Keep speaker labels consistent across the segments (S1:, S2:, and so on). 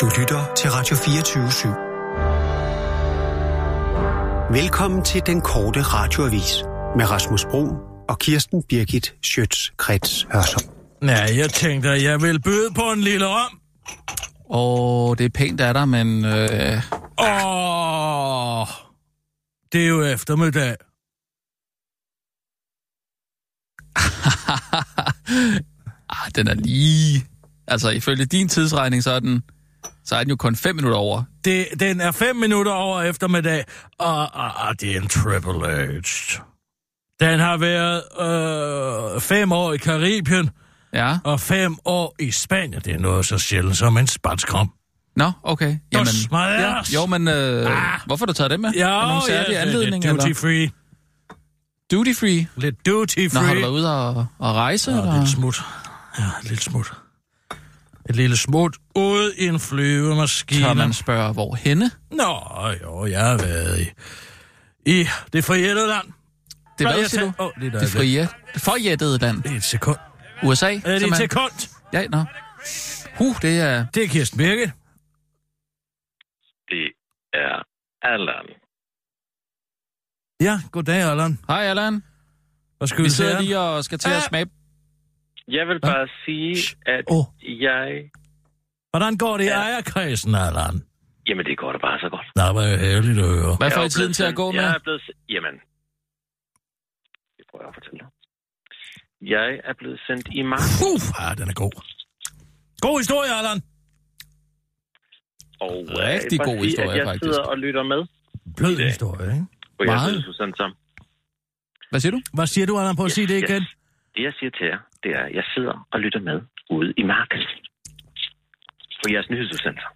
S1: Du lytter til Radio 24 /7. Velkommen til den korte radioavis med Rasmus Bro og Kirsten Birgit Schøtz-Krets Hørsholm.
S2: Ja, jeg tænkte, at jeg ville byde på en lille om.
S3: Åh, oh, det er pænt af dig, men... Øh,
S2: Åh, det er jo eftermiddag.
S3: ah, den er lige... Altså, ifølge din tidsregning, så er den, så er den jo kun 5 minutter over.
S2: Det, den er fem minutter over eftermiddag, og, og, og det er en Triple H. Den har været øh, fem år i Karibien
S3: Ja.
S2: og fem år i Spanien. Det er noget så sjældent som en spanskrom.
S3: Nå, okay.
S2: Dos Maderas.
S3: jo, men øh,
S2: Ah.
S3: hvorfor har du taget den med?
S2: Ja,
S3: er nogen særlig
S2: det er
S3: anledning?
S2: lidt duty
S3: eller?
S2: free.
S3: Duty free.
S2: Lidt duty
S3: Nå,
S2: free.
S3: har du været ude og, og rejse?
S2: Ja,
S3: eller?
S2: lidt smut. Ja, lidt smut. Et lille smut ude i en flyvemaskine.
S3: Tør man spørge, hvor henne?
S2: Nå, jo, jeg har været i, i det forjættede land.
S3: Det
S2: Nå,
S3: er hvad,
S2: jeg
S3: siger du?
S2: tænker- Åh, lige et
S3: det
S2: øjeblik.
S3: frie, det forjættede land.
S2: Det er et sekund.
S3: USA?
S2: Er det et
S3: simpelthen.
S2: sekund?
S3: Ja, nå. Huh, det er...
S2: Det er Kirsten Birke.
S4: Det er Allan.
S2: Ja, goddag, Allan.
S3: Hej, Allan.
S2: Hvad skal vi,
S3: Vi
S2: til?
S3: sidder lige og skal til at
S2: Ah.
S3: smage...
S4: Jeg vil bare sige, at
S2: Åh, oh,
S4: jeg...
S2: hvordan går det i ejerkredsen, Allan?
S4: Jamen, det går da bare så godt.
S2: Nej, hvor er det herligt at høre.
S3: Hvad
S4: Jeg
S3: får
S4: er
S3: I
S4: jo
S3: tiden
S4: blevet
S3: til at
S4: sendt-
S3: gå med?
S4: Jeg er blevet... se- Jamen... Det prøver jeg at fortælle dig. Jeg er blevet sendt i marts, øh,
S2: Puh, ah, den er god. God historie, Allan.
S4: og
S3: Rigtig
S4: øh, jeg vil
S3: god
S4: bare sige,
S3: historie,
S4: at jeg
S3: faktisk.
S4: sidder og lytter med.
S2: Blød
S4: Ja.
S2: historie, ikke?
S4: Og jeg
S3: Meget.
S4: synes, Susanne, som
S3: Hvad siger du?
S2: Hvad siger du, Allan, på at sige det igen?
S4: Det, jeg siger til jer, det er, at jeg sidder og lytter med ude i markedet. På jeres nyhedsudsendelse.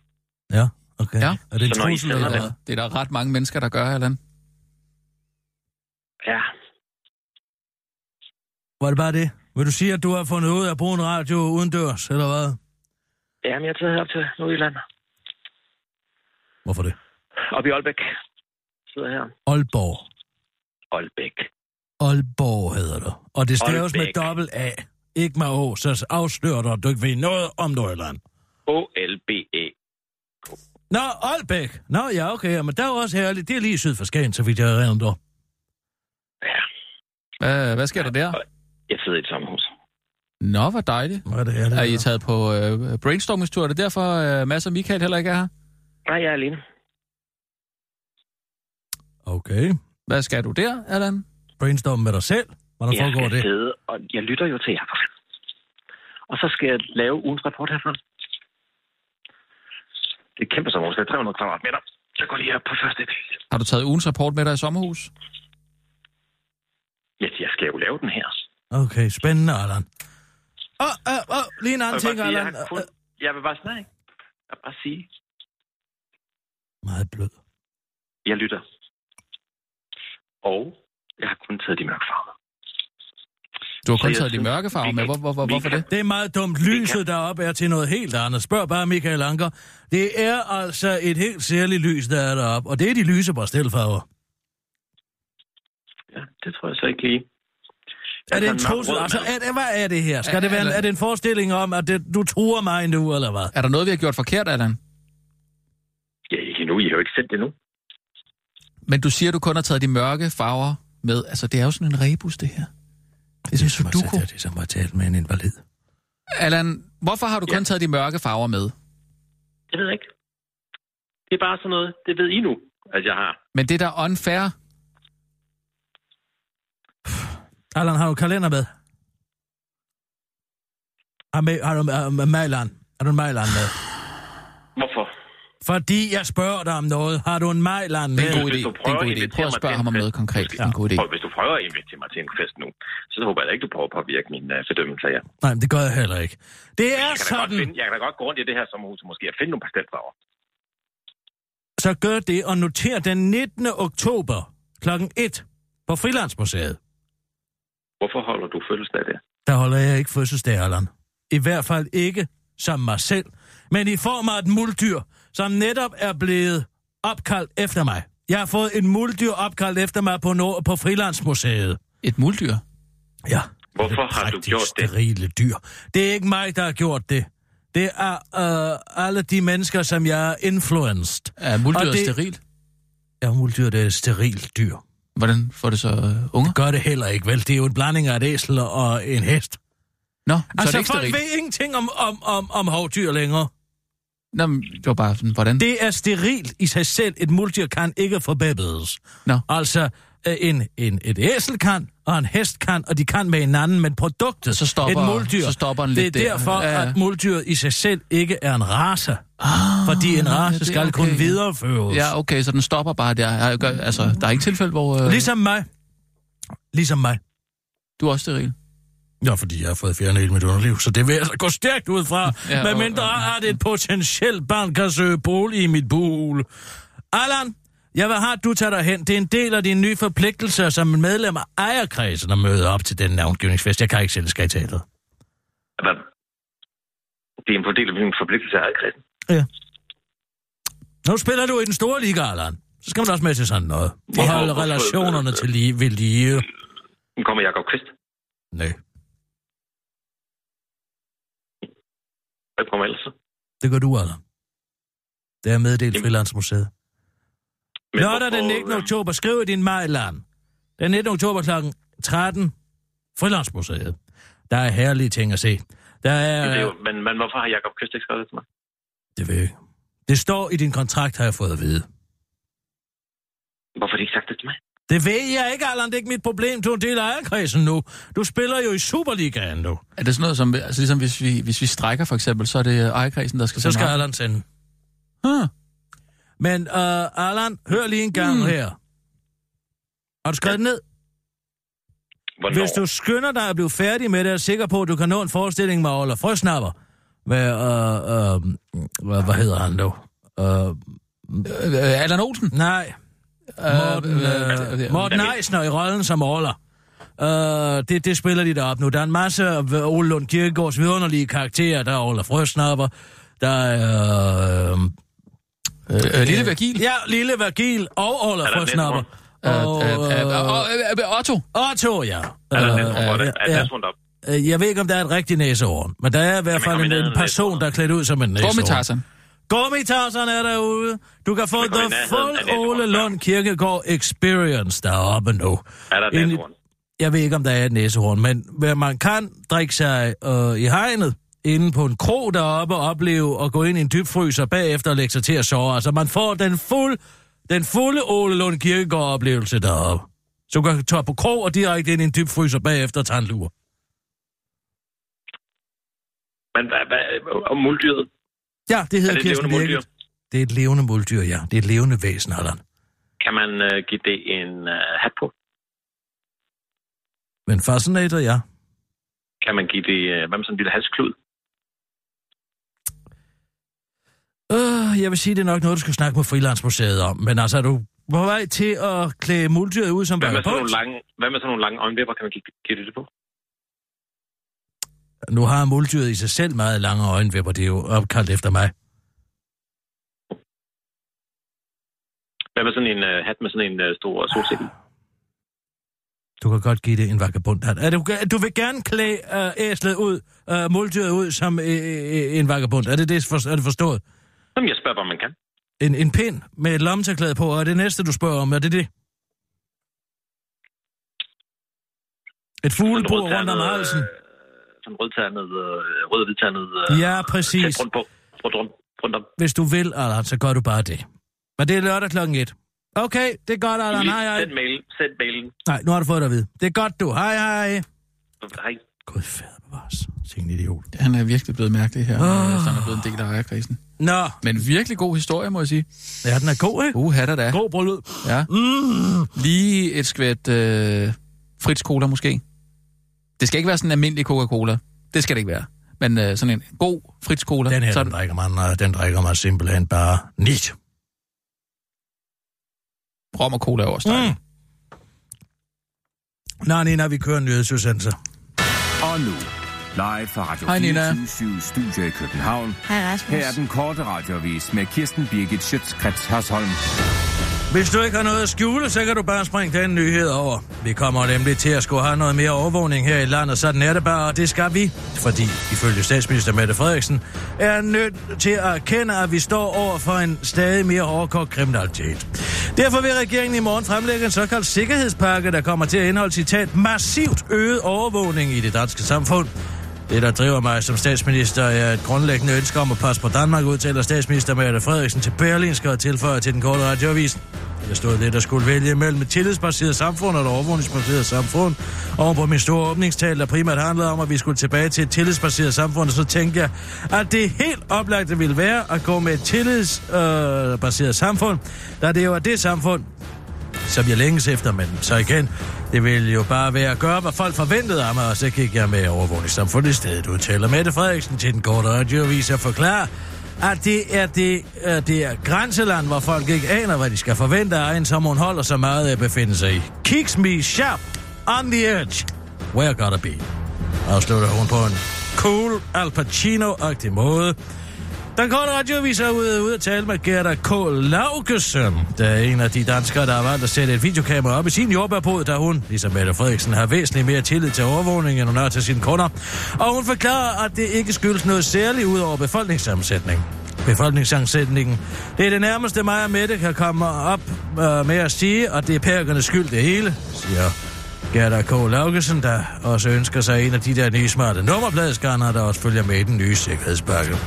S2: Ja, okay.
S3: Ja.
S2: Er det en
S4: Så når I
S2: trussel,
S4: sidder
S2: eller
S3: Det er,
S2: hvad?
S3: der, det er der ret mange mennesker, der gør, Allan.
S4: Ja,
S2: Var det bare det? Vil du sige, at du har fundet ud af at bruge en radio uden dørs, eller hvad?
S4: jamen, jeg tager herop til Nordjylland.
S2: Hvorfor det?
S4: Op i Aalbæk. Sidder her.
S2: Aalborg.
S4: Aalbæk.
S2: Aalborg hedder det. Og det staves med
S4: Aalbæk.
S2: dobbelt A. Ikke med Å, så afslører du, at du ikke ved noget om Nordjylland.
S4: O-L-B-E.
S2: Nå, Aalbæk. Nå, ja, okay. Men der er jo også herligt. Det er lige syd for Skagen, så vidt jeg erindrer.
S4: Ja,
S3: Hvad, hvad sker der der?
S4: jeg sidder i et sommerhus.
S3: Nå, hvor dejligt.
S2: Hvor er det herligt.
S3: Er I
S2: hva'?
S3: taget på øh, brainstormingstur? Er det derfor, øh, Mads og Michael heller ikke er her?
S4: Nej, jeg er alene.
S2: Okay.
S3: Hvad skal du der, Allan?
S2: Brainstorm med dig selv. Hvordan
S4: jeg
S2: foregår
S4: skal
S2: det?
S4: sidde, og jeg lytter jo til jer. Og så skal jeg lave ugens rapport herfra. Det er et kæmpe sommerhus. Det er 300 kvadratmeter. Jeg går lige op på første del.
S3: Har du taget ugens rapport med dig i sommerhus?
S4: Ja, jeg skal jo lave den her.
S2: Okay, spændende, Allan. Åh, oh, åh, åh, lige en
S4: Jeg
S2: anden
S4: vil bare
S2: ting,
S4: sige, jeg,
S2: Allan.
S4: har kun,
S2: Øh,
S4: jeg vil bare snakke. Jeg vil bare sige,
S2: øh, Meget blød.
S4: jeg lytter. Og jeg har kun taget de mørke farver.
S3: Du har kun
S4: jeg
S3: taget de
S4: synes,
S3: mørke farver
S4: vi
S3: med.
S4: kan-
S3: Hvor, hvor, hvor,
S4: vi
S3: hvorfor
S4: kan-
S3: det?
S2: Det er meget dumt. Lyset deroppe er til noget helt andet. Spørg bare Michael Anker. Det er altså et helt særligt lys, der er deroppe. Og det er de lyse pastelfarver.
S4: Ja, det tror jeg så ikke lige.
S2: Er det en
S4: Altså, mørk
S2: trussel?
S4: rød
S2: Altså,
S4: mad.
S2: er det, hvad er det her?
S3: Er-
S2: Skal det være en,
S3: er-
S2: er det en forestilling om, at det, du truer mig nu, eller hvad?
S3: Er der noget, vi har gjort forkert, Allan?
S4: Ja, ikke endnu. I har jo ikke sendt det nu.
S3: Men du siger, du kun har taget de mørke farver med. Altså, det er jo sådan en rebus, det her. Det er som sudoku.
S2: Det er som at ligesom, tale med en invalid.
S3: Allan, hvorfor har du kun
S4: Ja.
S3: taget de mørke farver med?
S4: Det ved jeg ikke. Det er bare sådan noget, det ved I nu, at jeg har.
S3: Men det er da unfair.
S2: Allan, har du kalender med? Har, med, har du har, Mejlan? Har du en Mejlan med?
S4: Hvorfor?
S2: Fordi jeg spørger dig om noget. Har du en Mejlan
S3: Det er en
S2: med?
S3: god idé.
S4: Hvis du
S3: Det er en
S4: prøver
S3: god
S4: at
S3: idé. Prøv
S4: invitere
S3: at
S4: mig
S3: spørge
S4: til
S3: ham om
S4: en
S3: noget konkret. Det er en god idé.
S4: Og hvis du prøver at invitere mig til en fest nu, så håber jeg da ikke, du prøver at påvirke min uh, fordømmelse af jer.
S2: Nej, men det gør jeg heller ikke. Det er
S4: Jeg kan, da godt finde,
S2: sådan.
S4: jeg kan da godt gå rundt i det her sommerhus og måske finde nogle pastelfarver.
S2: Så gør det og noter den 19. oktober kl. 1 på Frilandsmuseet.
S4: Hvorfor holder du følelsen af det?
S2: Der holder jeg ikke fødselsdag, Allan. I hvert fald ikke som mig selv, men i form af et muldyr, som netop er blevet opkaldt efter mig. Jeg har fået en muldyr opkaldt efter mig på, Nord- på Frilandsmuseet.
S3: Et muldyr?
S2: Ja.
S4: Hvorfor har du gjort det?
S2: sterile dyr. Det er ikke mig, der har gjort det. Det er øh, alle de mennesker, som jeg er influenced.
S3: Er muldyr
S2: Og det-
S3: det... sterilt?
S2: Ja, muldyr, det er et sterilt dyr.
S3: Hvordan får det så øh, unger?
S2: Gør det heller ikke, vel? Det er jo en blanding af et æsel og en hest.
S3: Nå, så er det
S2: Altså,
S3: ikke
S2: folk
S3: sterilt.
S2: ved ingenting om, om, om, om havdyr længere.
S3: Nå, men det var bare sådan, hvordan? Det...
S2: Det er sterilt i sig selv. Et muldyr kan ikke forbabbedes.
S3: Nå.
S2: Altså, øh, en, en, et æsel kan, og en hest kan, og de kan med hinanden, men produktet,
S3: Så stopper-
S2: et muldyr,
S3: så stopper den
S2: det er
S3: lidt der.
S2: derfor,
S3: Ja, ja.
S2: at muldyr i sig selv ikke er en race.
S3: Ah,
S2: Fordi en race
S3: det
S2: ja,
S3: er
S2: skal okay, kun
S3: ja.
S2: videreføres.
S3: Ja, okay, så den stopper bare der. Jeg gør- Altså, der er ikke tilfælde, hvor øh,
S2: Ligesom mig. Ligesom mig.
S3: du er også steril.
S2: Ja, fordi jeg har fået fjernet hele mit underliv, så det vil altså gå stærkt ud fra, ja,
S3: Ja,
S2: hvad
S3: og-
S2: mindre
S3: og-
S2: at et potentielt barn kan søge bolig i mit bul. Allan, jeg vil have, at du tager dig hen. Det er en del af dine nye forpligtelser som medlem af ejerkredsen at møde op til den navngivningsfest. Jeg kan ikke selv skal i teateret.
S4: Hvad? Det er en del af min forpligtelse af Kristen.
S2: Nu spiller du i den store liga, Allan. Så skal man også med til sådan noget. For at
S4: Ja,
S2: holde
S4: hvorfor-
S2: relationerne til lige, ved lige.
S4: Nu kommer Jacob Kvist.
S2: Nej,
S4: Hvad kommer ellers? så?
S2: det gør du, Allan. Det er meddelt
S4: Jamen.
S2: Frilandsmuseet.
S4: Men
S2: Lørdag den
S4: hvorfor,
S2: 19.
S4: øh,
S2: oktober, skriv i din mejlan. Den 19. oktober kl. 13, Frilandsmuseet. Der er herlige ting at se. Der
S4: Men, det er
S2: er...
S4: jo, men, men hvorfor har Jacob Kvist ikke skrevet det til mig?
S2: Det ved jeg ikke. Det står i din kontrakt, har jeg fået at vide.
S4: Hvorfor har de ikke sagt det til mig?
S2: Det ved jeg ikke, Allan. Det er ikke mit problem. Du er en del af ejerkredsen nu. Du spiller jo i Superligaen nu.
S3: Er det sådan noget som, altså ligesom hvis vi, hvis vi strækker for eksempel, så er det øh, ejerkredsen, der skal...
S2: Så skal
S3: sende
S2: Allan sende.
S3: op? Ah,
S2: Men uh, Allan, hør lige en gang
S3: Mm.
S2: mm. her. Har du skrevet det ned?
S4: Hvornår?
S2: Hvis du skynder dig at blive færdig med det, er jeg sikker på, at du kan nå en forestilling med Ola Frøsnapper. Med, øh, øh, hvad, hvad hedder han nu? Øh,
S3: Øh, øh, Allan Olsen?
S2: nej, Morten,
S3: øh,
S2: øh,
S3: øh,
S2: Morten Eisner i rollen som Ola. Øh, det, det spiller de deroppe nu. Der er en masse af Ole Lund Kirkegaards vidunderlige karakterer. Der er Ola Frøsnapper, der er... Øh,
S3: Øh, øh, Lille Vergil?
S2: ja, Lille Vergil og Ola
S4: Er der
S2: Frøsnapper.
S3: Øh,
S2: Og,
S3: øh, øh,
S2: øh,
S3: og- øh, øh, Otto?
S2: Otto, ja.
S4: Er der
S2: Øh,
S4: næste rundt? Er
S2: ja.
S4: der næste rundt op?
S2: Øh, Jeg ved ikke, om der er et rigtigt næsehorn, men der er i hvert
S4: Jamen,
S2: fald
S4: kom i
S2: en, en
S4: nærheden af
S2: person,
S4: næsehornet.
S2: der er klædt ud som en næsehorn.
S3: Gormi Tarzan?
S2: Gormitarzan er derude. Du kan få
S4: Men kom i
S2: The
S4: nærheden af
S2: Full
S4: næsehornet,
S2: Ole
S4: ja.
S2: Lund Kirkegaard Experience deroppe nu.
S4: Er der
S2: Ind-
S4: næste rundt?
S2: Jeg ved ikke, om der er et næsehorn, men hvad man kan drikke sig øh, i hegnet, inde på en krog deroppe, og opleve at gå ind i en dybfryser bagefter og lægge sig til at sove. Altså, man får den, fuld, den fulde Ole Lund Kirkegaard-oplevelse deroppe. Så du kan tage på krog og direkte ind i en dybfryser bagefter og tage en lur.
S4: Men hvad, hvad, og muldyret?
S2: Ja, det
S4: Er
S2: hedder
S4: det et
S2: Kirsten
S4: levende muldyr?
S2: Birgit. Det er et levende muldyr, ja. Det er et levende væsen, Allan.
S4: Kan man øh, give det en øh, hat på?
S2: Men fascinator, ja.
S4: Kan man give det, øh, hvad med sådan en lille halsklud?
S2: Øh, jeg vil sige, det er nok noget, du skal snakke med Frilandsmuseet om. Men altså, er du på vej til at klæde muldyret ud som
S4: Hvad med,
S2: Børge
S4: sådan nogle
S2: Punch?
S4: lange, hvad med sådan nogle lange øjenvipper? Kan man give, give det det på?
S2: Nu har muldyret i sig selv meget lange øjenvipper, det er jo opkaldt efter mig.
S4: Hvad med sådan en øh, hat med sådan en øh, stor solsikke?
S2: Du kan godt give det en vagabund. Er du, du vil gerne klæde øh, æslet ud, øh, muldyret ud som øh, øh, en vagabund. Er det, det, for, er det forstået?
S4: Jamen, jeg spørger, hvad man kan.
S2: En, en pind med et lommetørklæde på, og er det næste, du spørger om, er det det? Et fuglebord rundt om halsen.
S4: øh, Sådan rødternet, øh, rød-hvidternet... Øh,
S2: Ja, præcis.
S4: tæt Rundt på. Rundt, rundt, rundt om.
S2: Hvis du vil, Allan, så gør du bare det. Men det er lørdag klokken et. Okay, det er godt, Allan. Hej, hej.
S4: Send mailen. Send mailen.
S2: Nej, nu har du fået det at vide. Det er godt, du. Hej, hej.
S4: Hej.
S2: Gud fader bevares. Sikke en idiot.
S3: Han er virkelig blevet mærket her. øh,
S2: Ah.
S3: Han er blevet en del af ejerkredsen.
S2: Nå,
S3: Men virkelig god historie, må jeg sige.
S2: ja, den er god, ikke?
S3: Uh, hatter da.
S2: God brølud.
S3: Ja.
S2: Mm.
S3: Lige et skvæt øh, Fritz Cola måske. Det skal ikke være sådan en almindelig Coca-Cola. Det skal det ikke være. Men øh, sådan en god Fritz Cola.
S2: Den her, den
S3: sådan,
S2: drikker man, øh, den drikker man simpelthen bare nit.
S3: rom og cola er også dejligt.
S2: Mm. Nå, Nina, vi kører en nyhedsudsendelse.
S5: Og nu, live fra Radio
S3: Hej, Nina.
S5: 24 Studio i København.
S6: Hej Rasmus.
S5: Her er den korte radiovis med Kirsten Birgit Schøtzgrads Hasholm.
S2: Hvis du ikke har noget at skjule, så kan du bare springe den nyhed over. Vi kommer nemlig til at skulle have noget mere overvågning her i landet, sådan er det bare, og det skal vi. Fordi, ifølge statsminister Mette Frederiksen, er nødt til at erkende, at vi står over for en stadig mere hårdkogt kriminalitet. Derfor vil regeringen i morgen fremlægge en såkaldt sikkerhedspakke, der kommer til at indeholde, citat, massivt øget overvågning i det danske samfund. Det, der driver mig som statsminister, er et grundlæggende ønske om at passe på Danmark, udtaler statsminister Mette Frederiksen til Berlinske og tilføjer til den korte radioavis. Jeg stod lidt og skulle vælge mellem et tillidsbaseret samfund og et overvågningsbaseret samfund. Og på min store åbningstal, der primært handlede om, at vi skulle tilbage til et tillidsbaseret samfund, så tænkte jeg, at det helt oplagte ville være at gå med et tillidsbaseret samfund, da det jo er det samfund, som jeg længes efter, men så igen, det ville jo bare være at gøre, hvad folk forventede af mig, og så gik jeg med overvågningssamfundet i stedet, udtaler Mette Frederiksen til den korte radioavis og forklarer, at det er det, øh, det er grænseland, hvor folk ikke aner, hvad de skal forvente af en, som hun holder så meget af at befinde sig i. Kicks me sharp on the edge. Where gotta be? Afslutter hun på en cool Al Pacino-agtig måde. Den korte radioavis er ude, ude at tale med Gerda K. Laugesen, der er en af de danskere, der har valgt at sætte et videokamera op i sin jordbærbod, da hun, ligesom Mette Frederiksen, har væsentligt mere tillid til overvågning, end hun har til sine kunder. Og hun forklarer, at det ikke skyldes noget særligt ud over befolkningssammensætning. Befolkningssammensætningen. Det er det nærmeste mig og Mette kan komme op øh, med at sige, og det er perkernes skyld det hele, siger Gerda K. Laugesen, der også ønsker sig en af de der nye smarte nummerpladescanner, der også følger med i den nye sikkerhedspakke.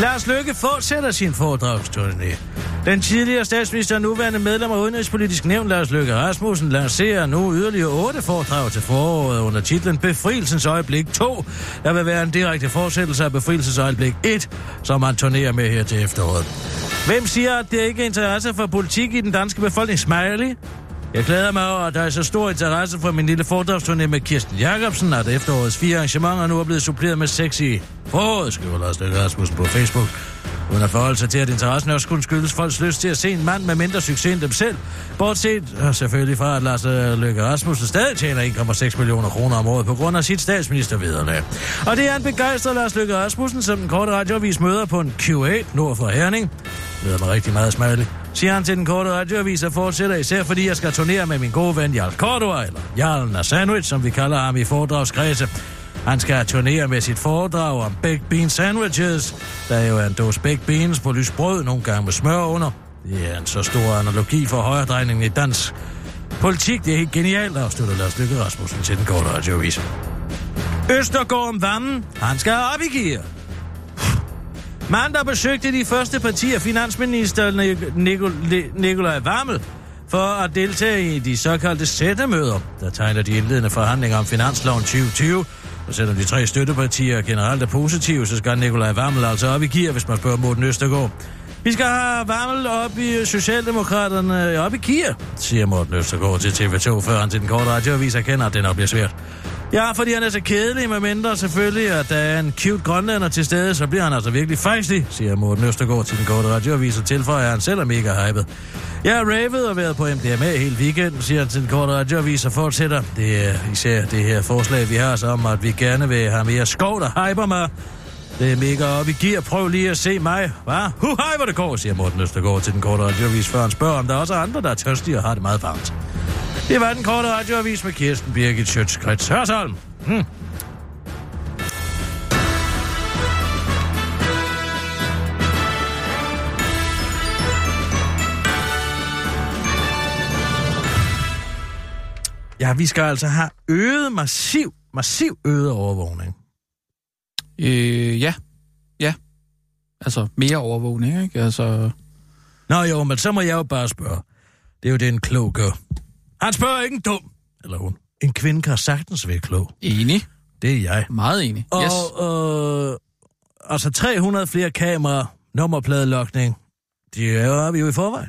S2: Lars Løkke fortsætter sin foredragsturné. Den tidligere statsminister og nuværende medlem af Udenrigspolitisk Nævn, Lars Løkke Rasmussen, lancerer nu yderligere otte foredrag til foråret under titlen Befrielsens Øjeblik 2, der vil være en direkte fortsættelse af Befrielsens Øjeblik 1, som han turnerer med her til efteråret. Hvem siger, at det ikke er interesse for politik i den danske befolkning? Smiley? Jeg glæder mig over, at der er så stor interesse for min lille foredragsturné med Kirsten Jacobsen, at efterårets fire arrangementer nu er blevet suppleret med seks i foråret, skriver Lars Løkke Rasmussen på Facebook. Uden at forholde sig til, at interessen også kunne skyldes folks lyst til at se en mand med mindre succes end dem selv. Bortset øh, selvfølgelig fra, at Lars øh, Løkke Rasmussen stadig tjener 1,6 millioner kroner om året på grund af sit statsministervederlag. Og det er en begejstret Lars Løkke Rasmussen, som den korte radioavis møder på en Q8 nord for Herning lyder mig rigtig meget smageligt. Siger han til den korte radioavis og fortsætter, især fordi jeg skal turnere med min gode ven Jarl Cordua, eller Jarlen af Sandwich, som vi kalder ham i foredragskredse. Han skal turnere med sit foredrag om baked bean sandwiches, der jo er en dåse baked beans på lyst brød, nogle gange med smør under. Det er en så stor analogi for højredrejningen i dansk politik. Det er helt genialt, afslutter Lars Lykke Rasmussen til den korte radioavis. Østergaard om vandet. Han skal op i gear. Mandag besøgte de første partier finansminister Nik- Nikol- Ni- Nikolaj Vammel for at deltage i de såkaldte sættemøder, der tegner de indledende forhandlinger om finansloven 2020. Og selvom de tre støttepartier generelt er positive, så skal Nikolaj Vammel altså op i gear, hvis man spørger Morten Østergaard. Vi skal have Vammel op i Socialdemokraterne øh, op i gear, siger Morten Østergaard til TV2, før han til den korte radioavis erkender, at det nok bliver svært. Ja, fordi han er så kedelig, med mindre selvfølgelig, at der er en cute grønlænder til stede, så bliver han altså virkelig fejslig, siger Morten Østergaard til den korte radioavis, og tilføjer, at han selv er mega hypet. Jeg har ravet og været på MDMA hele weekenden, siger han til den korte radioavis og fortsætter. Det er især det her forslag, vi har, så om at vi gerne vil have mere skov, der hyper mig. Det er mega op i gear. Prøv lige at se mig. Hva? Hu, hej, hvor det går, siger Morten Østergaard til den korte radioavis, før han spørger, om der også er andre, der er tørstige og har det meget varmt. Det var den korte radioavis med Kirsten Birgit Sjøtskrets Hørsholm. Hmm. Ja, vi skal altså have øget, massiv, massiv øget overvågning. Mm.
S3: Øh, ja. Ja. Altså, mere overvågning, ikke? Altså,
S2: Nå jo, men så må jeg jo bare spørge. Det er jo det, en klog gør. Han spørger ikke en dum, eller hun. En kvinde kan sagtens være klog.
S3: enig.
S2: Det er jeg.
S3: Meget enig.
S2: Og,
S3: Yes.
S2: øh, altså 300 flere kameraer, nummerpladelokning, det er vi jo i forvejen.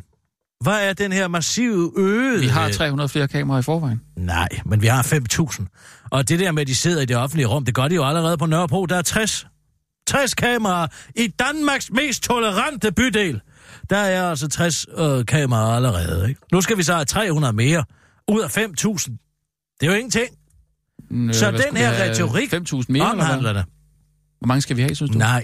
S2: Hvad er den her massive øde?
S3: Vi har 300 flere kameraer i forvejen.
S2: Nej, men vi har 5.000. Og det der med, at de sidder i det offentlige rum, det gør de jo allerede på Nørrebro. Der er 60. 60 kameraer i Danmarks mest tolerante bydel. Der er altså 60 øh, kameraer allerede. Ikke? Nu skal vi så have 300 mere ud af 5.000. Det er jo ingenting.
S3: Øh,
S2: Så
S3: hvad
S2: den
S3: skulle
S2: her
S3: vi have?
S2: retorik
S3: 5.000 mere, eller
S2: Omhandler
S3: hvad?
S2: det.
S3: Hvor mange skal vi have, synes du?
S2: Nej.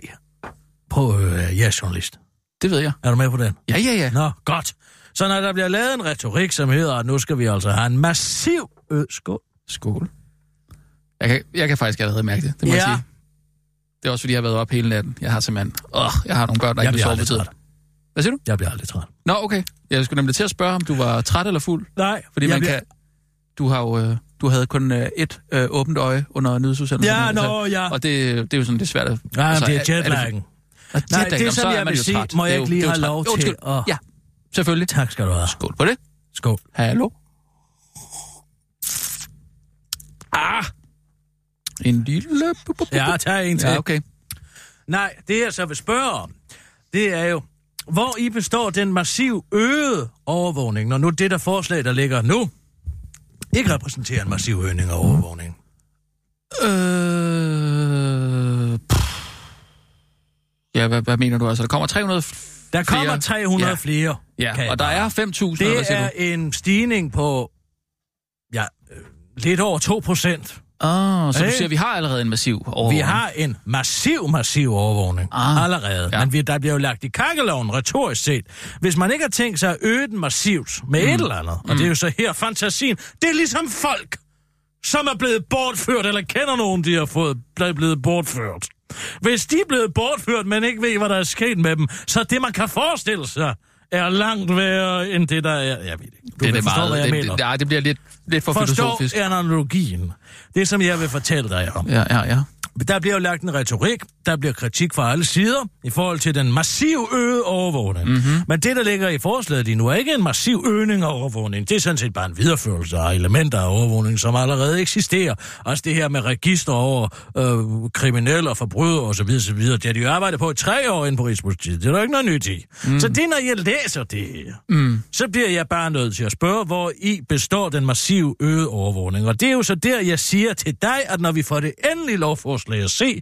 S2: Prøv at høre, jeg er journalist.
S3: Det ved jeg.
S2: Er du med på den?
S3: Ja, ja, ja.
S2: Nå, godt. Så når der bliver lavet en retorik, som hedder, at nu skal vi altså have en massiv ø- skål.
S3: Skål. Jeg kan, jeg kan faktisk allerede mærke det, det må ja.
S2: Ja.
S3: jeg sige. Det er også, fordi jeg har været op hele natten. Jeg har simpelthen... Åh, jeg har nogle børn, der
S2: Jeg
S3: ikke vil
S2: bliver
S3: sove på
S2: aldrig
S3: tid.
S2: træt.
S3: Hvad siger du?
S2: Jeg bliver aldrig træt.
S3: Nå, okay. Jeg skulle nemlig til at spørge, om du var træt eller fuld.
S2: Nej,
S3: Fordi
S2: jeg
S3: man
S2: bliver...
S3: kan... Du, har jo, øh, du havde kun øh, et øh, åbent øje under nyhedsudsendelsen.
S2: Ja, nå, ja.
S3: altså, Og det, det er jo sådan, det er svært at...
S2: Nej,
S3: altså,
S2: men det
S3: er-
S2: er
S3: er det-
S2: jetlaggen.
S3: Og
S2: Nej,
S3: jetlag,
S2: det,
S3: jamen,
S2: som
S3: så er
S2: jeg
S3: man
S2: vil
S3: jo
S2: sige,
S3: træt.
S2: må jeg
S3: Det er jo-
S2: ikke lige
S3: det er jo
S2: have
S3: træt.
S2: lov
S3: Jo, undskyld.
S2: til at-
S3: Ja, selvfølgelig.
S2: Tak skal du have.
S3: Skål på det.
S2: Skål.
S3: Hallo? Ah! En lille...
S2: Ja, tag en til.
S3: ja okay.
S2: Nej, det jeg så vil spørge om, det er jo, hvor I består den massiv øgede overvågning, når nu det der forslag, der ligger nu, ikke repræsenterer en massiv øgning af overvågning.
S3: Øh... pff. Ja, hvad, hvad mener du? Altså, der kommer 300... f-
S2: Der kommer
S3: Flere.
S2: 300
S3: Ja.
S2: flere. kan
S3: Ja,
S2: jeg
S3: og der
S2: bare-
S3: er 5.000, eller hvad
S2: Det
S3: siger
S2: er
S3: du?
S2: en stigning på, ja, øh, lidt over 2 procent.
S3: Åh, oh, så du
S2: Ikke?
S3: siger, vi har allerede en massiv
S2: Vi
S3: overvågning.
S2: har en massiv, massiv overvågning
S3: Ah,
S2: ah, allerede,
S3: ja.
S2: ja. men vi, der bliver jo lagt i kakkeloven retorisk set. Hvis man ikke har tænkt sig at øge den massivt med mm. et eller andet, og mm. det er jo så her fantasien, det er ligesom folk, som er blevet bortført, eller kender nogen, de har fået, der er blevet bortført. Hvis de er blevet bortført, men ikke ved, hvad der er sket med dem, så det, man kan forestille sig, er langt værre end det, der er... Jeg ved ikke. Du
S3: det, er
S2: kan
S3: det,
S2: forstå,
S3: meget,
S2: hvad jeg
S3: det,
S2: mener.
S3: Det, nej, det bliver lidt, lidt for
S2: Forstå
S3: filosofisk.
S2: analogien. Det, som jeg vil fortælle dig om.
S3: Ja, ja, ja.
S2: Der bliver jo lagt en retorik, der bliver kritik fra alle sider i forhold til den massiv øgede overvågning. Mm-hmm. Men det, der ligger i forslaget lige nu, er ikke en massiv øgning af overvågning. Det er sådan set bare en videreførelse af elementer af overvågning, som allerede eksisterer. Også det her med register over øh, kriminelle og forbrydere osv. osv. Det har de jo arbejdet på i tre år inden på Rigspolitiet. Det er der ikke noget nyt i. Mm. Så det, når jeg læser det her, mm. så bliver jeg bare nødt til at spørge, hvor i består den massiv øgede overvågning. Og det er jo så der, jeg siger til dig, at når vi får det endelige lovforslag at se,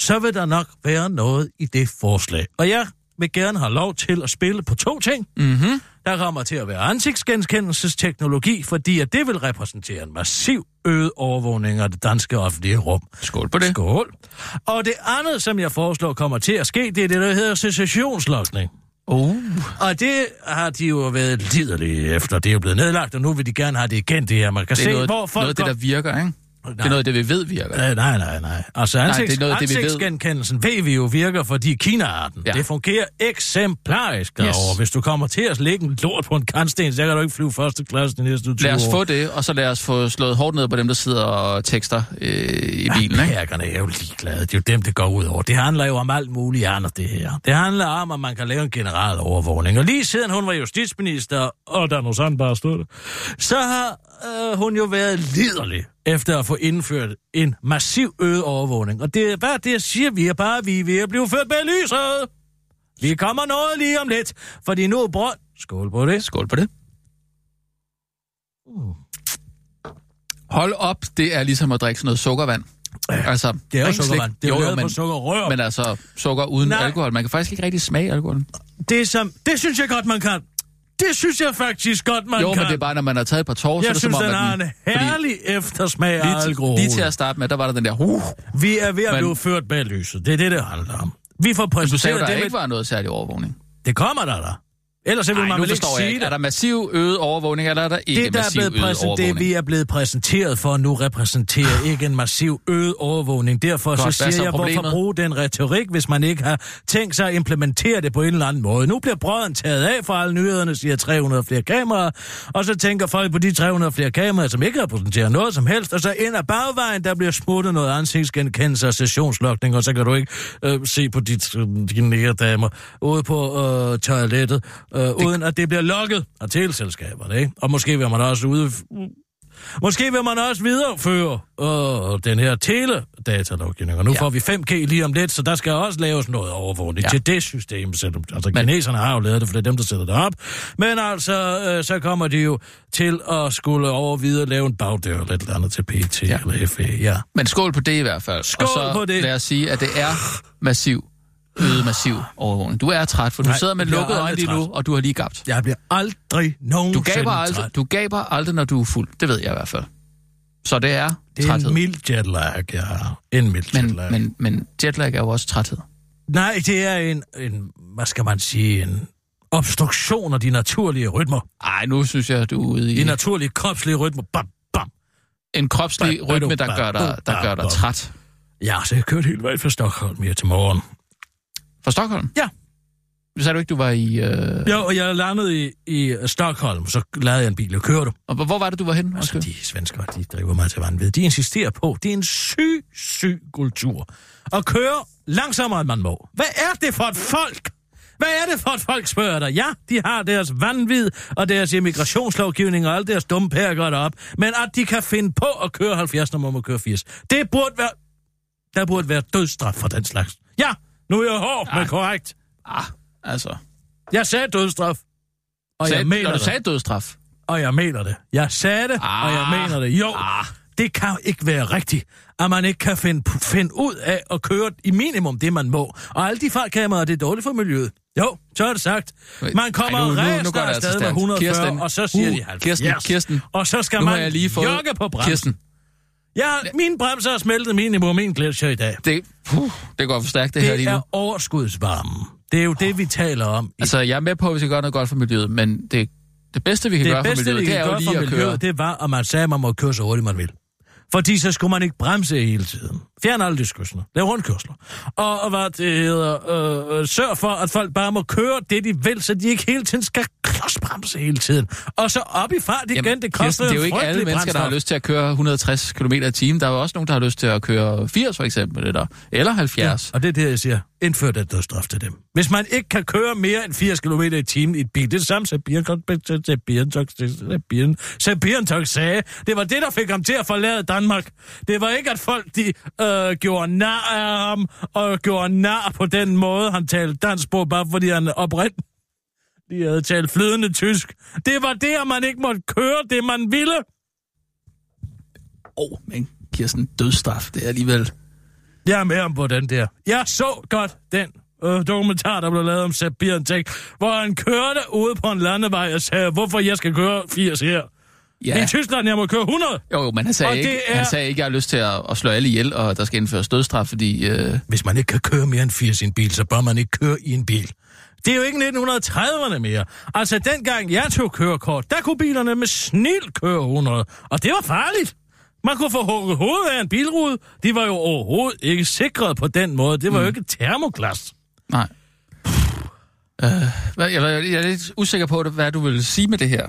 S2: så vil der nok være noget i det forslag. Og jeg vil gerne have lov til at spille på to ting.
S3: Mm-hmm.
S2: Der kommer til at være ansigtsgenkendelsesteknologi, fordi at det vil repræsentere en massiv øget overvågning af det danske offentlige rum.
S3: Skål på det.
S2: Skål. Og det andet, som jeg foreslår kommer til at ske, det er det, der hedder secessionslokning.
S3: Oh.
S2: Og det har de jo været liderlige efter. Det er jo blevet nedlagt, og nu vil de gerne have det igen, det her. Man kan
S3: Det er
S2: se,
S3: noget,
S2: hvor folk
S3: noget af det, der virker, ikke?
S2: går...
S3: Det er noget af det, vi ved virker.
S2: Øh, nej, nej, nej. Altså ansigts, nej, det er noget,
S3: af det, vi ved.
S2: ansigtsgenkendelsen ved vi jo virker, fordi Kina har den.
S3: Ja.
S2: Ja. Det fungerer eksemplarisk derovre.
S3: Yes.
S2: Yes. Hvis du kommer til at lægge en lort på en kransten, så kan du ikke flyve første klasse de næste 20
S3: Lad os
S2: år.
S3: få det, og så lad os få slået hårdt ned på dem, der sidder og tekster øh, i bilen, ikke?
S2: Kirkerne er jo ligeglade. Det er jo dem, det går ud over. Det handler jo om alt muligt andet, det her. Det handler om, at man kan lave en generel overvågning. Og lige siden hun var justitsminister, og der nu sådan bare stod det, så har øh, hun jo været liderlig efter at få indført en massiv øget overvågning. Og det er bare det, jeg siger. Vi er bare, vi er ved at blive ført bag lyset. Vi kommer noget lige om lidt, fordi nu er brønd. Skål på det.
S3: Skål på det.
S2: Uh.
S3: Hold op, det er ligesom at drikke sådan noget sukkervand. Altså,
S2: Det er jo
S3: ren slik.
S2: sukkervand. Det er jo,
S3: jo,
S2: lavet
S3: jo
S2: på
S3: men,
S2: sukkerrør.
S3: men altså sukker uden Nej.
S2: Nej.
S3: alkohol. Man kan faktisk ikke rigtig smage alkoholen.
S2: det, som, det synes jeg godt, man kan. Det synes jeg faktisk godt, man
S3: jo,
S2: kan.
S3: men det er bare, når man har taget et par tårer, så er
S2: Jeg
S3: det
S2: synes,
S3: som om,
S2: den
S3: at
S2: har en herlig eftersmag af
S3: lige,
S2: alkohol.
S3: lige til at starte med, der var der den der... Uh,
S2: Vi er ved at
S3: Men-
S2: blive ført bag lyset. Det er det, det handler om. Vi får
S3: du sagde, jo,
S2: præsenteret
S3: der
S2: det,
S3: ikke
S2: med...
S3: var noget særlig overvågning.
S2: det kommer der da. Ellers så vil
S3: Nej,
S2: man
S3: nu
S2: vel ikke
S3: forstår jeg
S2: sige
S3: ikke. Er
S2: det.
S3: der massiv øget overvågning, eller er der ikke
S2: Det, der er
S3: massiv
S2: blevet
S3: øget
S2: præsen,
S3: overvågning?
S2: det, vi er blevet præsenteret for nu, repræsenterer ikke en massiv øget overvågning. Derfor
S3: Ah. Godt, hvad
S2: så
S3: er
S2: siger
S3: så
S2: jeg, hvorfor
S3: problemet?
S2: bruge den retorik, hvis man ikke har tænkt sig at implementere det på en eller anden måde. Nu bliver brøden taget af fra alle nyhederne, siger 300 flere kameraer, og så tænker folk på de 300 flere kameraer, som ikke repræsenterer noget som helst, og så ind ad bagvejen, der bliver smuttet noget ansigtsgenkendelse og sessionslokning, og så kan du ikke øh, se på dit, dine nære damer ude på øh, toilettet, øh, uden at det bliver lukket af teleselskaberne, ikke? Og måske vil man også ude Måske vil man også videreføre øh, den her teledatalovgivning, og nu
S3: Ja.
S2: ja. får vi 5G lige om lidt, så der skal også laves noget overvågning
S3: Ja.
S2: ja. til det system. selvom- Altså, Men... kineserne har jo lavet det, for det er dem, der sætter det op. Men altså, øh, så kommer de jo til at skulle over videre lave en bagdør eller et eller andet til PT ja. eller FE. Ja.
S3: Men skål på det i hvert fald.
S2: Skål
S3: og så
S2: på det.
S3: lad os sige, at det er massiv, øget massiv overvågning. Du er træt, for du
S2: Nej,
S3: sidder med
S2: jeg bliver
S3: lukkede øjne
S2: aldrig
S3: lige nu, og du har lige gabt.
S2: Jeg bliver aldrig
S3: Du
S2: nogensinde
S3: gaber,
S2: træt.
S3: aldrig, du gaber aldrig, når du er fuld. Det ved jeg i hvert fald. Så det er,
S2: Det er
S3: træthed.
S2: en mild jetlag, jeg har. En mild
S3: Men,
S2: jetlag.
S3: men, men jetlag er jo også træthed.
S2: Nej, det er en, en, hvad skal man sige, en Obstruktion af de naturlige rytmer.
S3: Ej, nu synes jeg, du er ude i
S2: De naturlige kropslige rytmer. Bam, bam.
S3: en kropslig
S2: Ba-
S3: rytme, der
S2: ba-
S3: gør dig,
S2: ba-
S3: der gør dig
S2: ba-
S3: træt.
S2: Ja, så jeg kørte helt vej fra Stockholm her til morgen.
S3: Fra Stockholm?
S2: Ja.
S3: Du sagde du ikke, du var i... Øh...
S2: Jo, og jeg landede i, i Stockholm, så lavede jeg en bil og kørte.
S3: Og hvor- hvor var det, du var henne?
S2: Altså,
S3: Undskyld.
S2: de svenskere, de driver mig til vanvid. De insisterer på, det er en syg, syg kultur. At køre langsommere, end man må. Hvad er det for et folk? Hvad er det for et folk, spørger jeg dig? Ja, de har deres vanvid og deres immigrationslovgivning og alle deres dumme pærker derop. Men at de kan finde på at køre 70, når man må køre 80. Det burde være... Der burde være dødsstraf for den slags. Ja, nu er jeg hård, men korrekt.
S3: Ah, altså.
S2: Jeg sagde dødsstraf. Og
S3: Sagde-
S2: jeg mener
S3: når du
S2: det
S3: sagde dødstraf.
S2: og jeg mener det. Jeg sagde det, ah, og jeg
S3: Ah,
S2: mener det. Jo, ah. det kan jo ikke være rigtigt, at man ikke kan finde, finde ud af at køre i minimum det, man må. Og alle de fartkameraer, det er dårligt for miljøet. Jo, så er det sagt. Man kommer
S3: Ej, nu- nu- nu
S2: og
S3: går det
S2: ræser
S3: altså
S2: afsted med
S3: stærkt.
S2: 140,
S3: Kirsten.
S2: og så siger
S3: Uh,
S2: de 70.
S3: Kirsten, Kirsten.
S2: Og så skal
S3: Nu
S2: man
S3: har jeg lige fået...
S2: jogge på bremsen.
S3: Kirsten,
S2: Ja, mine bremser er smeltet minimum en gletsjer i dag.
S3: det, puh, det går for stærkt, det, det her
S2: Det
S3: lige nu.
S2: er overskudsvarmen. Det er jo det, vi taler om. i
S3: Altså, jeg er med på, at vi skal gøre noget godt for miljøet, men det, det bedste, vi kan gøre
S2: det
S3: for
S2: bedste,
S3: miljøet,
S2: vi
S3: det
S2: kan
S3: er jo
S2: gøre
S3: lige
S2: for
S3: at køre.
S2: miljøet, det var, at man sagde, at man må køre så hurtigt, man vil. Fordi så skulle man ikke bremse hele tiden. Fjern alle lyskørsler. Lav rundkørsler. Og, og hvad det hedder, øh, øh, sørg for, at folk bare må køre det, de vil, så de ikke hele tiden skal klodsbremse hele tiden. Og så op i fart igen, det koster
S3: Kirsten, det er jo ikke
S2: frygtelig
S3: alle mennesker, der har
S2: brændstof.
S3: lyst til at køre 160 km i timen. Der er jo også nogen, der har lyst til at køre 80 for eksempel, eller, eller 70.
S2: Og det er det, jeg siger. Indfør den dødsstraf til dem. Hvis man ikke kan køre mere end 80 km i timen i et bil, det er det samme, som Birntok sagde. Det var det, der fik ham til at forlade Danmark. Det var ikke, at folk de, øh, gjorde nar af ham, og gjorde nar på den måde, han talte dansk på, bare fordi han oprindt. De havde talt flydende tysk. Det var det, at man ikke måtte køre det, man ville.
S3: Åh, oh, men Kirsten, dødstraf, det er alligevel...
S2: Jeg er med om på den der. Jeg så godt den øh, dokumentar, der blev lavet om Sepp Bierentek, hvor han kørte ude på en landevej og sagde, hvorfor jeg skal køre 80 her. Ja. I Tyskland, jeg må køre 100.
S3: Jo, jo, men han sagde,
S2: Og
S3: ikke,
S2: det
S3: er...
S2: er-
S3: han sagde ikke, at jeg har lyst til at, at slå alle ihjel, og der skal indføres dødsstraf, fordi... Øh,
S2: Hvis man ikke kan køre mere end 80 i en bil, så bør man ikke køre i en bil. Det er jo ikke 1930'erne mere. Altså, dengang jeg tog kørekort, der kunne bilerne med snil køre 100, og det var farligt. Man kunne få hugget hovedet af en bilrude. De var jo overhovedet ikke sikret på den måde. Det var mm. jo ikke termoglas.
S3: nej. Øh, hvad- jeg, jeg, jeg er lidt usikker på, hvad du vil sige med det her.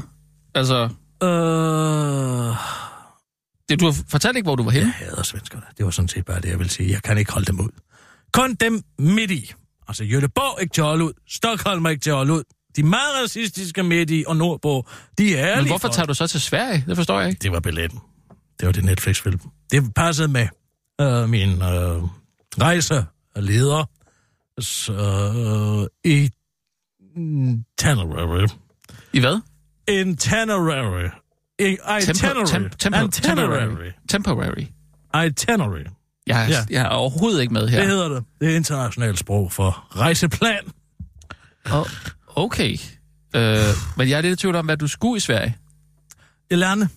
S3: Altså,
S2: Øh...
S3: det, du fortalte ikke, hvor du var henne.
S2: Jeg hader svenskerne. Det var sådan set bare det, jeg ville sige. Jeg kan ikke holde dem ud. Kun dem midt i. Altså Jødeborg ikke til at holde ud. Stockholm er ikke til at holde ud. De meget racistiske midt i og nordpå, de er
S3: Men hvorfor tager du så til Sverige? Det forstår jeg ikke.
S2: Det var billetten. Det var det Netflix-film. Det passede med øh, min øh, rejseleder øh, i Tannerary.
S3: I hvad?
S2: Itinerary. I-
S3: Tempo-
S2: Itinerary.
S3: tem- tempo-
S2: Itinerary.
S3: Temporary. Temporary.
S2: Itinerary.
S3: Jeg, er,
S2: Ja.
S3: jeg er overhovedet ikke med
S2: Det
S3: her.
S2: hedder det. Det er internationalt sprog for rejseplan.
S3: Og, okay. Øh, men jeg er lidt i tvivl om, hvad du skulle i Sverige.
S2: I lande.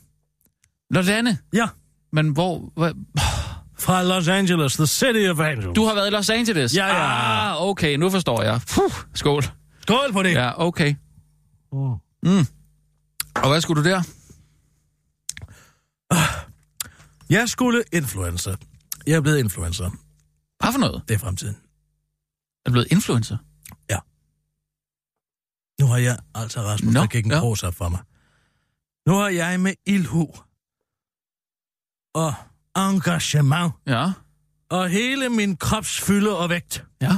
S3: Nå, lande.
S2: Ja.
S3: Men hvor... Hvad?
S2: Fra Los Angeles, the city of angels.
S3: Du har været i Los Angeles?
S2: Ja, ja.
S3: Ah, okay, nu forstår jeg. Puh, skål.
S2: Skål på det. Ja.
S3: Ja, okay.
S2: Mm.
S3: Mm. Og hvad skulle du der?
S2: Jeg skulle influencer. Jeg er blevet influencer.
S3: Hvad for noget?
S2: Det er fremtiden.
S3: Er du blevet influencer?
S2: Nu har jeg, altså Rasmus,
S3: Nå,
S2: no. der gik en
S3: ja.
S2: pose op for mig. Nu har jeg med ildhu og engagement
S3: Ja.
S2: og hele min krops fylde og vægt.
S3: Ja.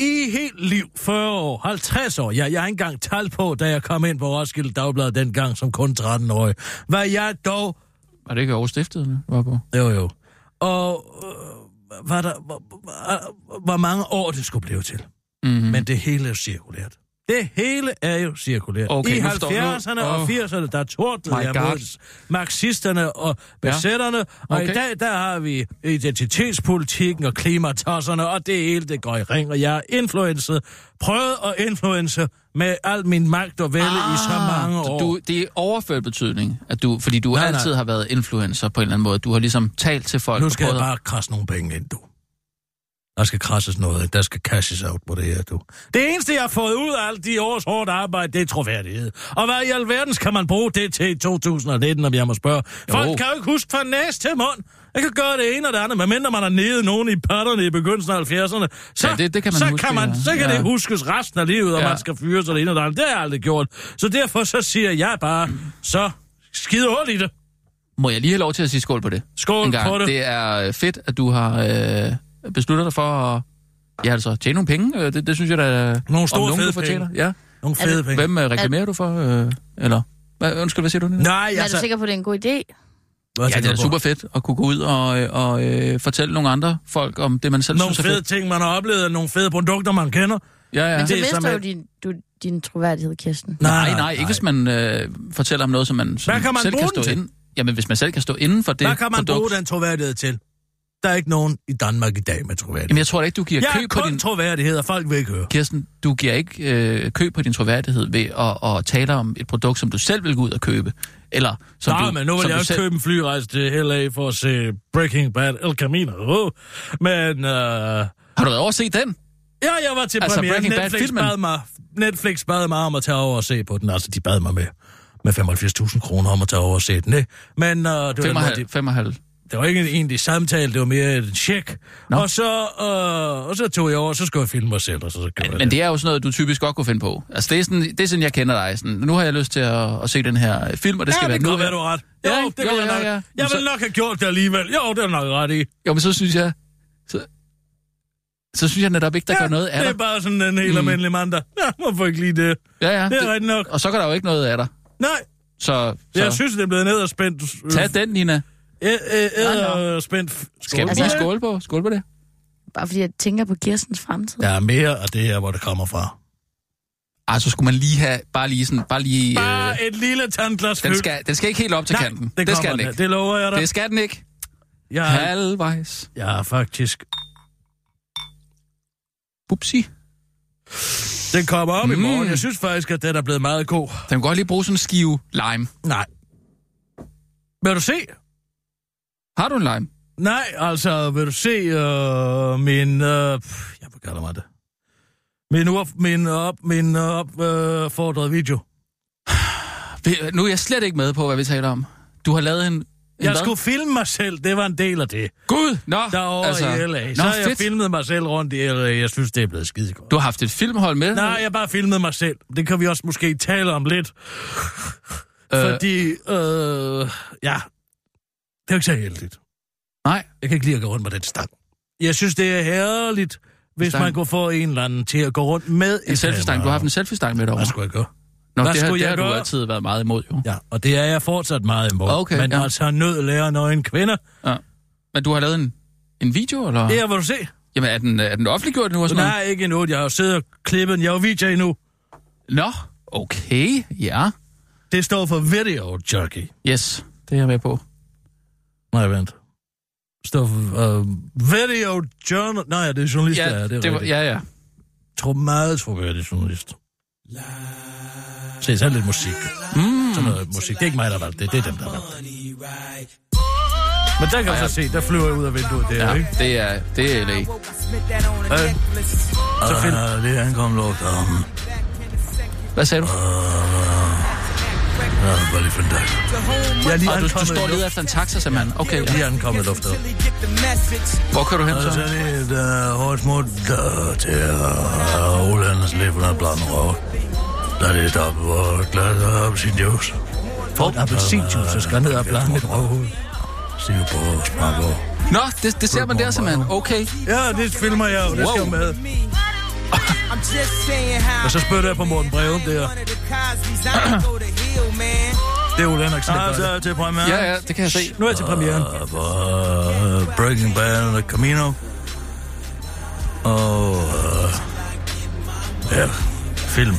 S2: i helt liv, 40 år, 50 år, ja, jeg har ikke engang talt på, da jeg kom ind på Roskilde Dagblad dengang som kun 13-årig, hvad jeg dog...
S3: Var det ikke Aarhus Stiftet, du var på?
S2: Jo, jo. Og øh, var der, hvor, hvor, hvor mange år det skulle blive til.
S3: Mm-hmm.
S2: Men det hele er jo cirkulært. Det hele er jo cirkulært.
S3: Okay,
S2: I
S3: nu forstår- nu-
S2: 70'erne og
S3: Åh.
S2: 80'erne, der tordnede
S3: My
S2: jeg
S3: God.
S2: mod marxisterne og besætterne, ja. og i
S3: Okay.
S2: dag, der har vi identitetspolitikken og klimatosserne, og det hele, det går i ring, og jeg er influencet, prøvet at influence med al min magt og vælge ah, i så mange år.
S3: Du, det er overført betydning, at du, fordi du nej,
S2: Nej,
S3: altid nej.
S2: nej.
S3: har været influencer på en eller anden måde. Du har ligesom talt til folk.
S2: nu
S3: og
S2: skal jeg
S3: prøvet-
S2: bare krasse nogle penge ind, du. Der skal krasses noget, ikke? der skal cashes out på det her, du. Det eneste, jeg har fået ud af alle de års hårdt arbejde, det er troværdighed. Og hvad i alverden skal man bruge det til i 2019, om jeg må spørge? Jo. Folk kan jo ikke huske fra næste til mund. Jeg kan gøre det ene og det andet, medmindre man har nede nogen i patterne i begyndelsen af 70'erne. Så,
S3: Ja, det- det kan man
S2: så
S3: huske,
S2: kan, man,
S3: ja.
S2: så kan
S3: Ja.
S2: det huskes resten af livet, og
S3: Ja.
S2: ja. man skal fyres og det ene og det andet. Det har jeg aldrig gjort. Så derfor så siger jeg bare, så skide hul i det.
S3: Må jeg lige have lov til at sige skål på det?
S2: Skål
S3: en gang.
S2: på det.
S3: Det er øh, fedt, at du har øh, besluttet dig for at ja, altså, tjene nogle penge. Øh, Det, det synes jeg da...
S2: Nogle store
S3: om nogen,
S2: fede
S3: du fortjener.
S2: penge.
S3: Ja.
S2: Nogle fede penge.
S3: Hvem øh, reklamerer du for? Øh, eller? Hvad, undskyld, hvad siger du? Nina?
S2: Nej,
S6: Men er
S2: altså...
S6: du sikker på, at det er en god idé?
S2: Hvad
S3: Ja,
S2: tænker
S3: det er
S2: du på?
S3: super fedt at kunne gå ud og, øh, og øh, fortælle nogle andre folk om det, man selv
S2: Nogle
S3: synes er
S2: fede
S3: fedt.
S2: ting, man har oplevet, og nogle fede produkter, man kender.
S3: Ja, ja.
S6: Men så
S2: det er
S6: mister
S2: som
S6: jo
S2: et-
S6: din, du, din troværdighed, Kirsten.
S3: Nej, nej, ikke hvis man øh, fortæller om noget, som man, som
S2: Hvad kan man
S3: selv kan
S2: bruge
S3: stå
S2: den til?
S3: inden. Jamen, hvis man selv kan stå inden for det
S2: Hvad kan man
S3: produkt.
S2: bruge den troværdighed til? Der er ikke nogen i Danmark i dag med
S3: Jamen,
S2: troværdighed.
S3: jeg tror da ikke, du giver
S2: Jeg, jeg er
S3: køb på
S2: kun
S3: din...
S2: troværdighed, og folk vil ikke høre.
S3: Kirsten, du giver ikke øh, køb på din troværdighed ved at, at tale om et produkt, som du selv vil gå ud og købe. Eller som
S2: Nej,
S3: du,
S2: men nu vil
S3: som
S2: jeg
S3: du
S2: også
S3: selv...
S2: købe en flyrejse til LA for at se Breaking Bad El Camino. Åh, Men øh,
S3: Har du været over at se den?
S2: ja, jeg var til
S3: Altså,
S2: premiere.
S3: Breaking Bad
S2: Netflix
S3: filmen?
S2: bad, mig, Netflix bad mig om at tage over og se på den. Altså, de bad mig med, med 75.000 kroner om at tage over og se den. Ikke? Men øh, det var den måde, de-
S3: 55. 55.
S2: det var ikke en egentlig samtale, det var mere en tjek.
S3: Nå.
S2: Og, så, øh, og så tog jeg over, så skulle jeg filme mig selv, og så, så gjorde jeg
S3: Men det er jo sådan noget, du typisk godt kunne finde på. Altså, det er sådan, det er sådan jeg kender dig. Sådan, nu har jeg lyst til at, at se den her øh, film, og det skal
S2: ja,
S3: være
S2: det
S3: nu.
S2: kan være, du har ret. Jo,
S3: Ja,
S2: ja,
S3: ikke?
S2: det vil
S3: Jo,
S2: jeg
S3: ja,
S2: nok.
S3: ja.
S2: Jeg
S3: Men
S2: ville
S3: så-
S2: nok have gjort det alligevel. Jo, det er du nok ret i.
S3: Jo, men så synes jeg... Så, så synes jeg netop ikke, der
S2: ja,
S3: ja, gør noget af
S2: det er
S3: dig.
S2: bare sådan en helt
S3: Mm. Ah,
S2: almindelig mand, der... Ja, hvorfor ikke lige det?
S3: Ja, ja.
S2: Det er rigtigt nok.
S3: og så gør der jo ikke noget af dig.
S2: Nej,
S3: Så, så
S2: jeg synes, det er blevet nederspændt.
S3: tag den, Nina.
S2: Nederspændt.
S3: Skal vi
S6: Altså-
S3: lige skåle på, skåle på det?
S6: Bare fordi jeg tænker på Kirstens fremtid.
S2: Der er mere af det her, hvor det kommer fra.
S3: Ej, så skulle man lige have... Bare lige sådan... Bare lige... øh,
S2: Bare et lille tandglas
S3: Den
S2: fyld.
S3: skal, den skal ikke helt op til
S2: Nej,
S3: kanten.
S2: det, det
S3: skal
S2: skal
S3: den ikke.
S2: Det lover jeg dig.
S3: Det skal den ikke.
S2: Jeg,
S3: Halvvejs.
S2: jeg er faktisk...
S3: Bupsi.
S2: Den kommer op mm. i
S3: Mm.
S2: morgen. Jeg synes faktisk, at den er blevet meget god.
S3: Den kan godt lige bruge sådan en skive lime.
S2: Nej. Vil du se?
S3: Har du en lime?
S2: Nej, altså, vil du se øh, min... Øh, pff, jeg hvad kalder mig det. Min, op, min, op, min op, øh, fordrede video.
S3: Ved- Nu er jeg slet ikke med på, hvad vi taler om. Du har lavet en... en
S2: Jeg
S3: hvad?
S2: skulle filme mig selv, det var en del af det.
S3: Gud! Nå,
S2: Derovre altså, i LA.
S3: Nå,
S2: så har jeg
S3: fedt. Film...
S2: filmet mig selv rundt i LA. Jeg synes, det er blevet skide godt.
S3: Du har haft et filmhold med.
S2: Nej, jeg har bare filmet mig selv. Det kan vi også måske tale om lidt. Øh. Fordi, øh, ja, det er jo ikke så heldigt.
S3: Nej.
S2: Jeg kan ikke lide at gå rundt med den stang. Jeg synes, det er herligt, hvis
S3: Stang.
S2: stang. man kunne få en eller anden til at gå rundt med
S3: En selfie-stang. Du har haft en selfie-stang med
S2: Hvad
S3: derovre.
S2: skulle jeg gøre?
S3: Nå,
S2: hvad
S3: det, har,
S2: skulle
S3: det
S2: jeg
S3: har du
S2: gøre?
S3: altid været meget imod, jo.
S2: Ja, og det er jeg fortsat meget imod.
S3: Okay,
S2: Men
S3: ja.
S2: altså, nød lærer når en kvinde.
S3: Men du har lavet en, en video, eller?
S2: Det er, hvad du se.
S3: Jamen, er den, er den offentliggjort nu? Og sådan
S2: Nej, ikke endnu. Jeg har jo siddet og klippet den. Jeg er jo VJ nu.
S3: noget? Nå, okay, ja.
S2: Det står for Video Jockey.
S3: Yes, det er jeg med på.
S2: Nej, vent. Det står for uh, Video Journal... Nej, det er journalist, ja, det er det
S3: var, ja, ja.
S2: Tro, meget troværdig journalist. Se, så er lidt musik. Mm. Sådan noget musik. Det er ikke mig, der har valgt det. Det er dem, der har valgt det. Men der kan man så se, der flyver jeg ud af vinduet der, ja.
S3: ja.
S2: ikke?
S3: Det er, det er LA.
S2: Så fedt. Uh, det er ankom lugt. Um,
S3: Hvad sagde du?
S2: uh, var lige fandt Jeg er lige
S3: Ah, du, du
S2: ankommet
S3: står
S2: i
S3: leder
S2: luft.
S3: efter en taxa, simpelthen. Okay,
S2: Jeg er lige
S3: ja.
S2: ankommet i luftet.
S3: Hvor kører du hen
S2: Og så
S3: så?
S2: er det et uh, hårdt smut uh, til uh, Ole Andersen lige for noget blandt røv. Der er det stoppet, hvor glas og appelsinjuice. Få en appelsinjuice, så skal han ned og blande et røvhul. Siv på smakker.
S3: Nå, det, det ser man der, simpelthen. Okay.
S2: Ja, det filmer jeg jo. Det skal
S3: Wow.
S2: med. Og så spytter jeg på Morten Breum der. Det er Ole Andersen. Ah, så er jeg til premieren.
S3: Ja, ja, det kan jeg se.
S2: Nu er jeg til premieren. Uh, uh, Breaking Bad og Camino. Og... Uh, ja, film.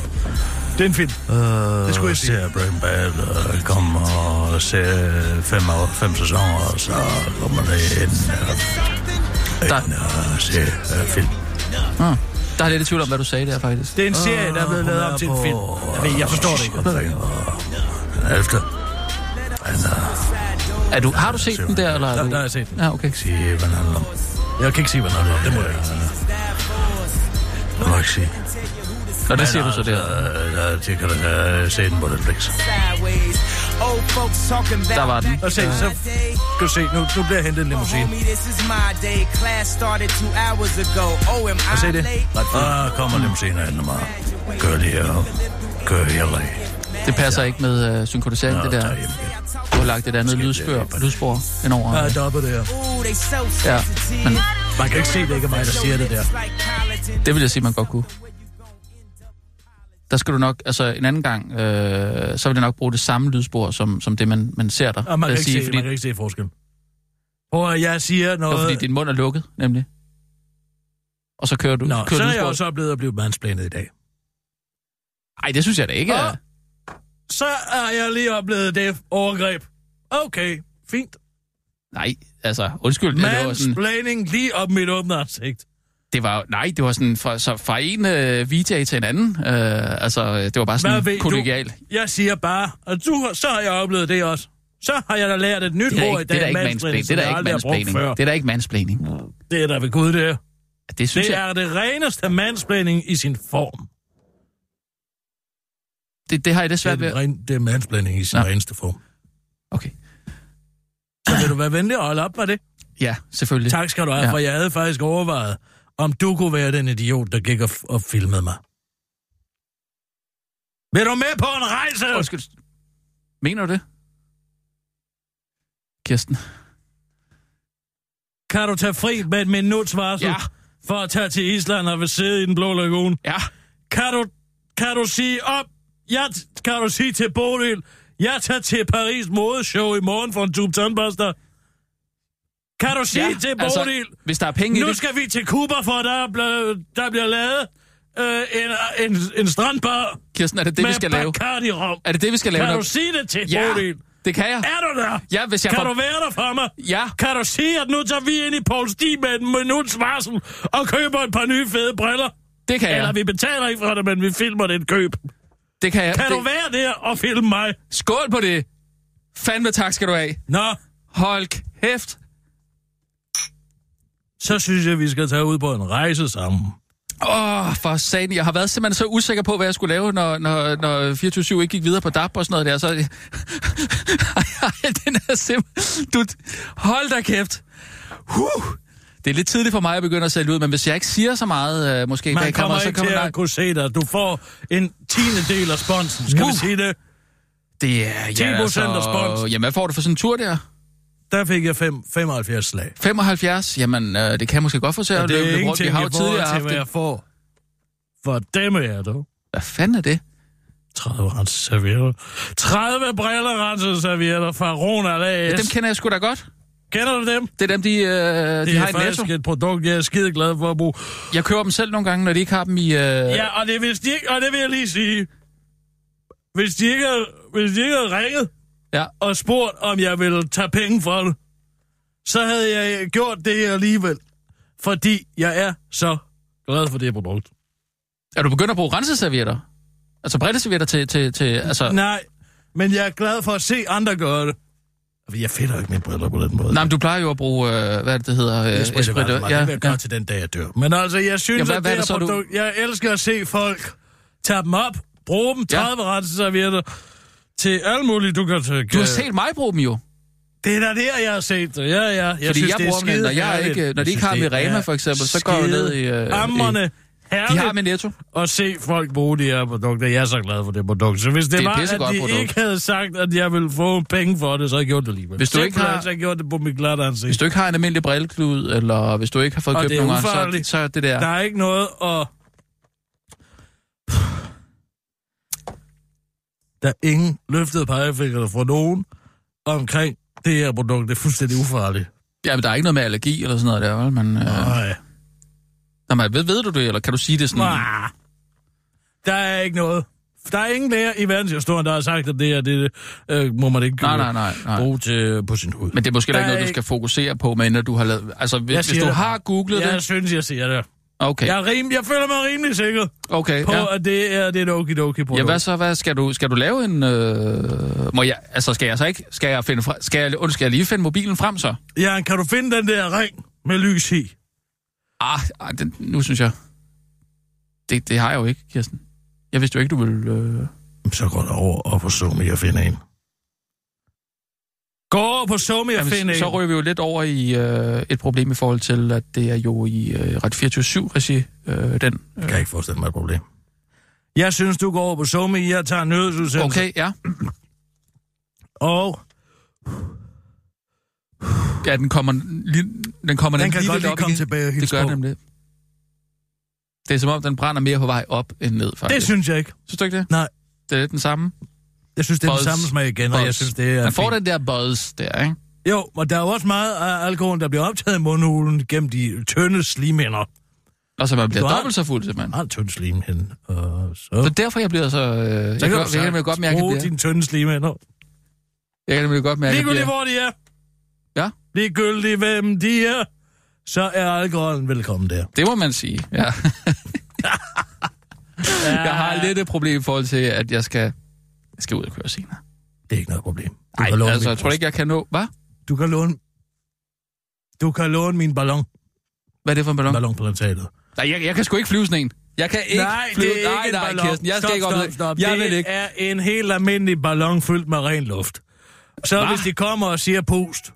S2: Det er en film. Uh, det skulle jeg sige. Ser Breaking Bad uh, kommer og ser fem, år, fem sæsoner, og så kommer der en, uh,
S3: Der-
S2: en uh, serie, uh, film.
S3: Ah. Der er lidt i tvivl om, hvad du sagde der, faktisk.
S2: Det er en serie, der Øh, er blevet lavet op til en film. Jeg, ved, jeg forstår det ikke. Efter.
S3: Er du, har du set den der, eller? er
S2: Der,
S3: du-
S2: der har jeg set den.
S3: Ja, okay.
S2: Sige, hvad den handler om. Jeg kan ikke sige, hvad den handler om. Det må jeg ikke. Øh, ikke sige.
S3: Nå, det
S2: Men
S3: siger du så
S2: altså,
S3: der.
S2: øh, øh, Det kan du øh, se den på Netflix.
S7: sideways. Old folks talking about
S3: Der var den.
S2: Og se, så skal du se, nu, nu bliver jeg hentet en limousine.
S7: Homie, this is my day. Class started two hours ago. Oh, am
S2: Og se
S7: I
S2: det.
S7: late?
S2: Ah, kommer limousinen ind mig. Gør det her. Gør jeg lige.
S3: Det passer ikke med øh, synkronisering, det der. Du har lagt et andet lydspør, lydspor ind over.
S2: Ja, dobbelt det her.
S7: Ooh, they so
S3: Ja, men
S7: sensitive.
S2: Man kan ikke se, det ikke er mig, der siger det der. Ah,
S7: It's like collagen.
S3: det vil jeg sige, man godt kunne. Der skal du nok, altså en anden gang, øh, så vil jeg nok bruge det samme lydspor, som, som det, man, man ser dig.
S2: Og man
S3: vil
S2: kan,
S3: jeg
S2: ikke
S3: sige,
S2: se,
S3: fordi,
S2: man kan ikke se forskel. Prøv at jeg siger
S3: det var,
S2: noget...
S3: fordi din mund er lukket, nemlig. Og så kører du.
S2: Nå,
S3: kører
S2: så er jeg
S3: lydsporet.
S2: også blevet at blive mansplanet i dag.
S3: Ej, det synes jeg da ikke er.
S2: Åh. Så er jeg lige oplevet det overgreb. Okay, fint.
S3: Nej, altså, undskyld. Det var, sådan,
S2: Mansplaining lige op mit åbne ansigt.
S3: det var, nej, det var sådan fra, så fra en øh, VJ til en anden. Øh, altså, det var bare
S2: Hvad
S3: sådan
S2: ved
S3: kollegial.
S2: du? Jeg siger bare, at du, så har jeg oplevet det også. Så har jeg da lært et nyt
S3: Det er da
S2: ord
S3: ikke,
S2: i
S3: det er
S2: dag.
S3: da ikke mansplaining. Det er da ikke mansplaining. Det er da ikke mansplaining.
S2: Det er der ved Gud, det er.
S3: Det synes
S2: Det
S3: jeg,
S2: er det reneste mansplaining i sin form.
S3: det, det har jeg det svært
S2: Det
S3: ved.
S2: er, ren, det er mansplaining i sin
S3: Nå.
S2: reneste form.
S3: Okay.
S2: Så vil du være venlig og holde op med det?
S3: Ja, selvfølgelig.
S2: Tak skal du have,
S3: Ja.
S2: for jeg havde faktisk overvejet, om du kunne være den idiot, der gik og, f- og filmede mig. Vil du med på en rejse?
S3: Undskyld. Mener du det? Kirsten.
S2: Kan du tage fri med et minuts varsel
S3: Ja.
S2: for at tage til Island og vil sidde i den blå lagune?
S3: Ja.
S2: Kan du, kan du sige op? Jeg, t- kan du sige til Bodil, jeg tager til Paris modeshow i morgen for en tube tandbørster? Kan du sige
S3: ja.
S2: ja, til Bodil, altså...
S3: hvis der er penge i
S2: Nu
S3: det,
S2: skal vi til Cuba, for der, ble, der bliver lavet øh, en, en, en strandbar
S3: Kirsten, er det det, vi
S2: med
S3: skal lave?
S2: Bacardi-rom.
S3: Er det det, vi skal lave?
S2: Kan
S3: nu?
S2: du sige det til
S3: Ja,
S2: Bodil?
S3: det kan
S2: Er
S3: jeg.
S2: du der?
S3: Ja, hvis jeg
S2: kan
S3: får-
S2: du være der for mig?
S3: Ja.
S2: Kan du sige, at nu tager vi ind i Poul Stig med en minuts varsel og køber et par nye fede briller?
S3: Det kan
S2: Eller
S3: jeg.
S2: vi betaler ikke for det, men vi filmer det et køb.
S3: Det kan jeg.
S2: Kan
S3: det...
S2: du være der og filme mig?
S3: Skål på det. Fandme tak skal du have.
S2: Nå,
S3: Hold kæft.
S2: så synes jeg, vi skal tage ud på en rejse sammen.
S3: Åh, oh, for satan. Jeg har været simpelthen så usikker på, hvad jeg skulle lave, når, når, når 24 ikke gik videre på DAP og sådan noget der. Så... Ej, den er simpelthen... Du... Hold da kæft. Huh. Det er lidt tidligt for mig at begynde at sælge ud, men hvis jeg ikke siger så meget, øh, måske i dag
S2: Man
S3: i kammeret,
S2: kommer ikke til
S3: der-
S2: at kunne se dig. Du får en tiende del af sponsen, skal vi
S3: Uh.
S2: sige det?
S3: Det er... Ja, altså,
S2: 10% af spons.
S3: Jamen, hvad får du for sådan en tur der?
S2: Der fik jeg fem, 75 slag.
S3: 75? Jamen, øh, det kan jeg måske godt få til at
S2: Og det
S3: løbe
S2: er
S3: lidt rundt. Vi
S2: ingenting
S3: har
S2: i
S3: jo tidligere
S2: forhold til,
S3: haft
S2: hvad
S3: det.
S2: jeg får. For dem er jeg dog.
S3: Hvad fanden er det?
S2: 30 renset servietter. 30 briller renset servietter fra Rona LAS.
S3: Ja, dem kender jeg sgu da godt.
S2: Kender du dem?
S3: Det er dem, de, øh, de
S2: Det
S3: har
S2: er
S3: i Netto.
S2: faktisk et produkt, jeg er skide glad for at bruge.
S3: Jeg køber dem selv nogle gange, når de ikke har dem i... Øh... Ja.
S2: Ja, og det, hvis de ikke, og det vil jeg lige sige. Hvis de ikke, havde- hvis de ikke havde ringet
S3: Ja.
S2: og spurgt, om jeg ville tage penge for det, så havde jeg gjort det alligevel. Fordi jeg er så glad for det produkt.
S3: Er du begyndt at bruge renseservietter? Altså bredteservietter til... til, til altså... Nej.
S2: Nej, men jeg er glad for at se andre gøre det. Fordi Jeg finder jo ikke mine briller på den måde.
S3: Nej, men du plejer jo at bruge... Øh, hvad er det, det hedder? Øh,
S2: jeg spritter
S3: Esprit-
S2: ja, meget. Ja, det vil jeg gøre ja. til den dag, jeg dør. Men altså, jeg synes,
S3: Ja,
S2: ja,
S3: hvad-
S2: hvad, at
S3: hvad er
S2: det her
S3: det så, du-
S2: produkt... Du... Jeg elsker at se folk tage dem op, bruge dem,
S3: Ja.
S2: 30 ja. renseservietter til alt muligt, du kan tage.
S3: Du har set mig bruge dem jo.
S2: Det er da der, jeg har set det. Ja, ja. Jeg
S3: Fordi jeg bruger dem,
S2: skide
S3: når jeg
S2: herligt.
S3: ikke- når de
S2: Jeg
S3: ikke
S2: synes,
S3: har
S2: det
S3: dem i Rema,
S2: er
S3: for eksempel, så går jeg
S2: skide
S3: ned i, øh, i-
S2: Hammerne
S3: De
S2: herligt
S3: har med netto.
S2: at se folk bruge de her produkter. Jeg er så glad for det produkt. Så hvis det,
S3: Det er et
S2: var,
S3: pissegodt
S2: at de
S3: produkt.
S2: ikke havde sagt, at jeg ville få penge for det, så havde jeg gjort det alligevel.
S3: Hvis du ikke har-
S2: Så havde jeg altså gjort det på mit glatte ansigt.
S3: Hvis du ikke har en almindelig brilleklud, eller hvis du ikke har fået
S2: Og
S3: købt
S2: det er
S3: nogen, så,
S2: ufarligt.
S3: så er det der...
S2: Der er ikke noget at... Der er ingen løftede pegefingre fra nogen omkring det her produkt. Det er fuldstændig ufarligt.
S3: Jamen, der er ikke noget med allergi eller sådan noget der, vel? Men, øh...
S2: Nej.
S3: Nå, men ved, ved du det, eller kan du sige det sådan?
S2: Mm. Der er ikke noget. Der er ingen læger i verdenshistorien, der har sagt, at det her, det øh, må man ikke
S3: Nej, nej, nej, nej.
S2: bruge til, øh, på sin hud.
S3: Men det er måske heller
S2: Der
S3: ikke
S2: er
S3: noget, du
S2: ikke-
S3: skal fokusere på, men når du har lavet... Altså, hvis,
S2: Jeg
S3: hvis
S2: siger
S3: du
S2: det
S3: har
S2: bare.
S3: googlet
S2: jeg
S3: det...
S2: synes, jeg siger det.
S3: Okay,
S2: Jeg, er rim, jeg føler mig rimelig sikker
S3: okay.
S2: på,
S3: ja.
S2: at det er det er et okidoki produkt.
S3: Ja, hvad så? Hvad skal du skal du lave en øh... må jeg altså skal jeg så ikke skal jeg finde fra, skal jeg und, skal jeg lige finde mobilen frem så?
S2: Ja, kan du finde den der ring med lys i?
S3: Ah, ah, den, nu synes jeg. det, det har jeg jo ikke, Kirsten. Jeg vidste jo ikke, du ville... Øh...
S2: Så går der over og på Somi og finder en. Gå over på Somi og find
S3: Jamen,
S2: en.
S3: så rører vi jo lidt over i øh, et problem i forhold til, at det er jo i øh, Ret 24-7-regi, øh, den.
S2: Jeg kan ikke forestille mig et problem. Jeg synes, du går over på Somi, jeg tager en nyhedsudsendelse.
S3: Okay, ja.
S2: Og
S3: Ja, den kommer, lige, den kommer
S2: den
S3: nemlig
S2: kan
S3: lige
S2: godt
S3: lidt
S2: lige
S3: op
S2: komme
S3: igen.
S2: tilbage og
S3: Det
S2: hilse
S3: gør
S2: på.
S3: den nemlig. Det er som om, den brænder mere på vej op end ned, faktisk.
S2: Det synes jeg ikke.
S3: synes du ikke det?
S2: Nej.
S3: Det er lidt den samme.
S2: Jeg synes, det er
S3: Buzz.
S2: den samme smag igen, og jeg
S3: Buzz.
S2: synes, det er
S3: Man får
S2: fint.
S3: den der buzz der, ikke?
S2: Jo, og der er jo også meget af alkoholen, der bliver optaget i mundhulen gennem de tynde slimhinder.
S3: Og så man bliver
S2: Du har-
S3: dobbelt så fuld, simpelthen.
S2: Meget tynde slimhinde. Og så...
S3: Så derfor jeg bliver så... Øh, jeg, kan, jeg, kan, nemlig godt mærke, at jeg
S2: bruge
S3: bliver,
S2: dine tynde slimhinder.
S3: jeg kan nemlig godt mærke, at jeg
S2: Ligegyldigt,
S3: bliver...
S2: hvor de er.
S3: Ja.
S2: Ligegyldigt, hvem de er. Så er alkoholen velkommen der.
S3: Det må man sige, ja. jeg har lidt et problem i forhold til, at jeg skal, jeg skal ud og køre senere.
S2: Det er ikke noget problem. Du
S3: Nej,
S2: kan låne
S3: altså,
S2: min
S3: jeg tror
S2: bus.
S3: ikke, jeg kan nå... Hvad?
S2: Du kan låne... Du kan låne min ballon.
S3: Hvad er det for en ballon?
S2: Ballon på plantatet.
S3: Nej, jeg, jeg kan sgu ikke flyve sådan en. Jeg kan ikke flyve... nej,
S2: en
S3: nej,
S2: ballon.
S3: Kirsten, jeg skal
S2: stop,
S3: ikke op
S2: stop,
S3: ned.
S2: stop.
S3: Jeg
S2: det
S3: vil ikke.
S2: er en helt almindelig ballon fyldt med ren luft. Så Hva? hvis de kommer og siger pust,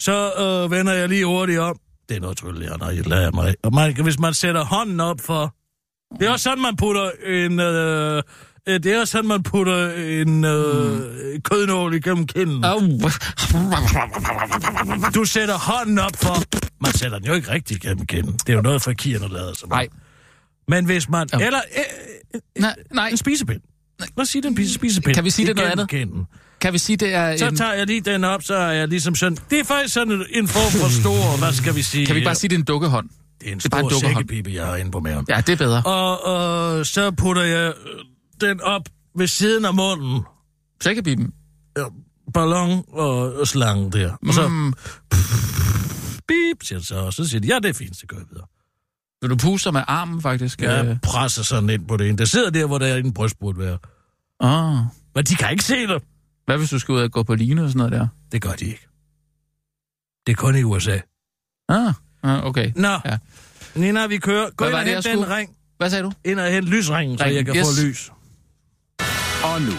S2: så øh, vender jeg lige hurtigt om. Det er noget tryllet, jeg nej, lader mig. Og man, hvis man sætter hånden op for... Det er også sådan, man putter en... Øh, øh, det er også sådan, man putter en
S3: Mm.
S2: øh, kødnål igennem kinden.
S3: Au.
S2: Du sætter hånden op for... Man sætter den jo ikke rigtig igennem kinden. Det er jo noget, fakirerne lader sig med.
S3: Nej.
S2: Men hvis man...
S3: Ja.
S2: Eller... Øh,
S3: Nej, nej.
S2: En spisepind. Lad os sige, det er en pis- spisepind.
S3: Kan vi sige, det er noget
S2: Igennem kinden.
S3: Kan vi sige, det er en...
S2: Så tager jeg lige den op, så er jeg ligesom sådan... Det er faktisk sådan en- en form for stor, hvad skal vi sige?
S3: Kan vi ikke bare sige, det er en dukkehånd?
S2: Det er en
S3: det er bare en
S2: stor
S3: dukkerhånd?
S2: sækkepipe, jeg har inde på maven.
S3: Ja, det er bedre.
S2: Og, og så putter jeg øh, den op ved siden af munden.
S3: Sækkebiben.
S2: Øh, Ballon og, og slangen der. Og så... Mm. Bip, siger det så. Og så siger de, ja, det er fint, så går jeg videre.
S3: Vil du puste med armen, faktisk? Øh,
S2: Jeg presser sådan ind på det ene. Det sidder der, hvor der er en bryst burde være.
S3: Oh.
S2: Men de kan ikke se det.
S3: Hvad hvis du skal ud og gå på line og sådan noget der?
S2: Det gør de ikke. Det er kun i USA.
S3: Ah, ah okay.
S2: Nå,
S3: Ja.
S2: ja. Nina, vi kører. Gå
S3: Hvad
S2: ind
S3: var
S2: og
S3: det,
S2: hent
S3: jeg
S2: den
S3: skulle?
S2: ring.
S3: Hvad sagde du?
S2: Ind og hent lysringen, så
S3: Ringen,
S2: jeg kan
S3: yes.
S2: yes. få lys.
S5: Og nu,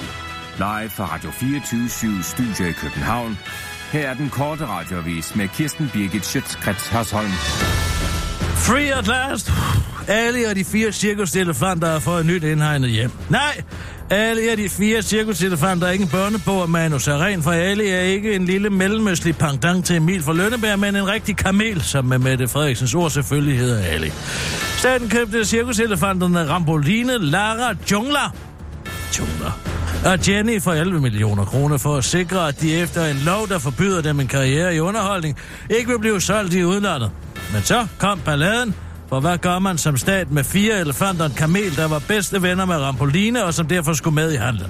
S5: live fra Radio 24 Studio i København. Her er den korte radiovis med Kirsten Birgit Schøtzgrads Hasholm.
S2: Free at last. Alle og de fire cirkuselefanter har fået et nyt indhegnet hjem. Nej, alle og de fire cirkuselefanter er ikke en børnebog af Manus Aren, for alle er ikke en lille mellemmøslig pangdang til Emil fra Lønneberg, men en rigtig kamel, som med Mette Frederiksens ord selvfølgelig hedder alle. Staten købte cirkuselefanterne Ramboline, Lara, Jungla aktioner. Og Jenny for 11 millioner kroner for at sikre, at de efter en lov, der forbyder dem en karriere i underholdning, ikke vil blive solgt i udlandet. Men så kom balladen, for hvad gør man som stat med fire elefanter og en kamel, der var bedste venner med Rampoline og som derfor skulle med i handlen?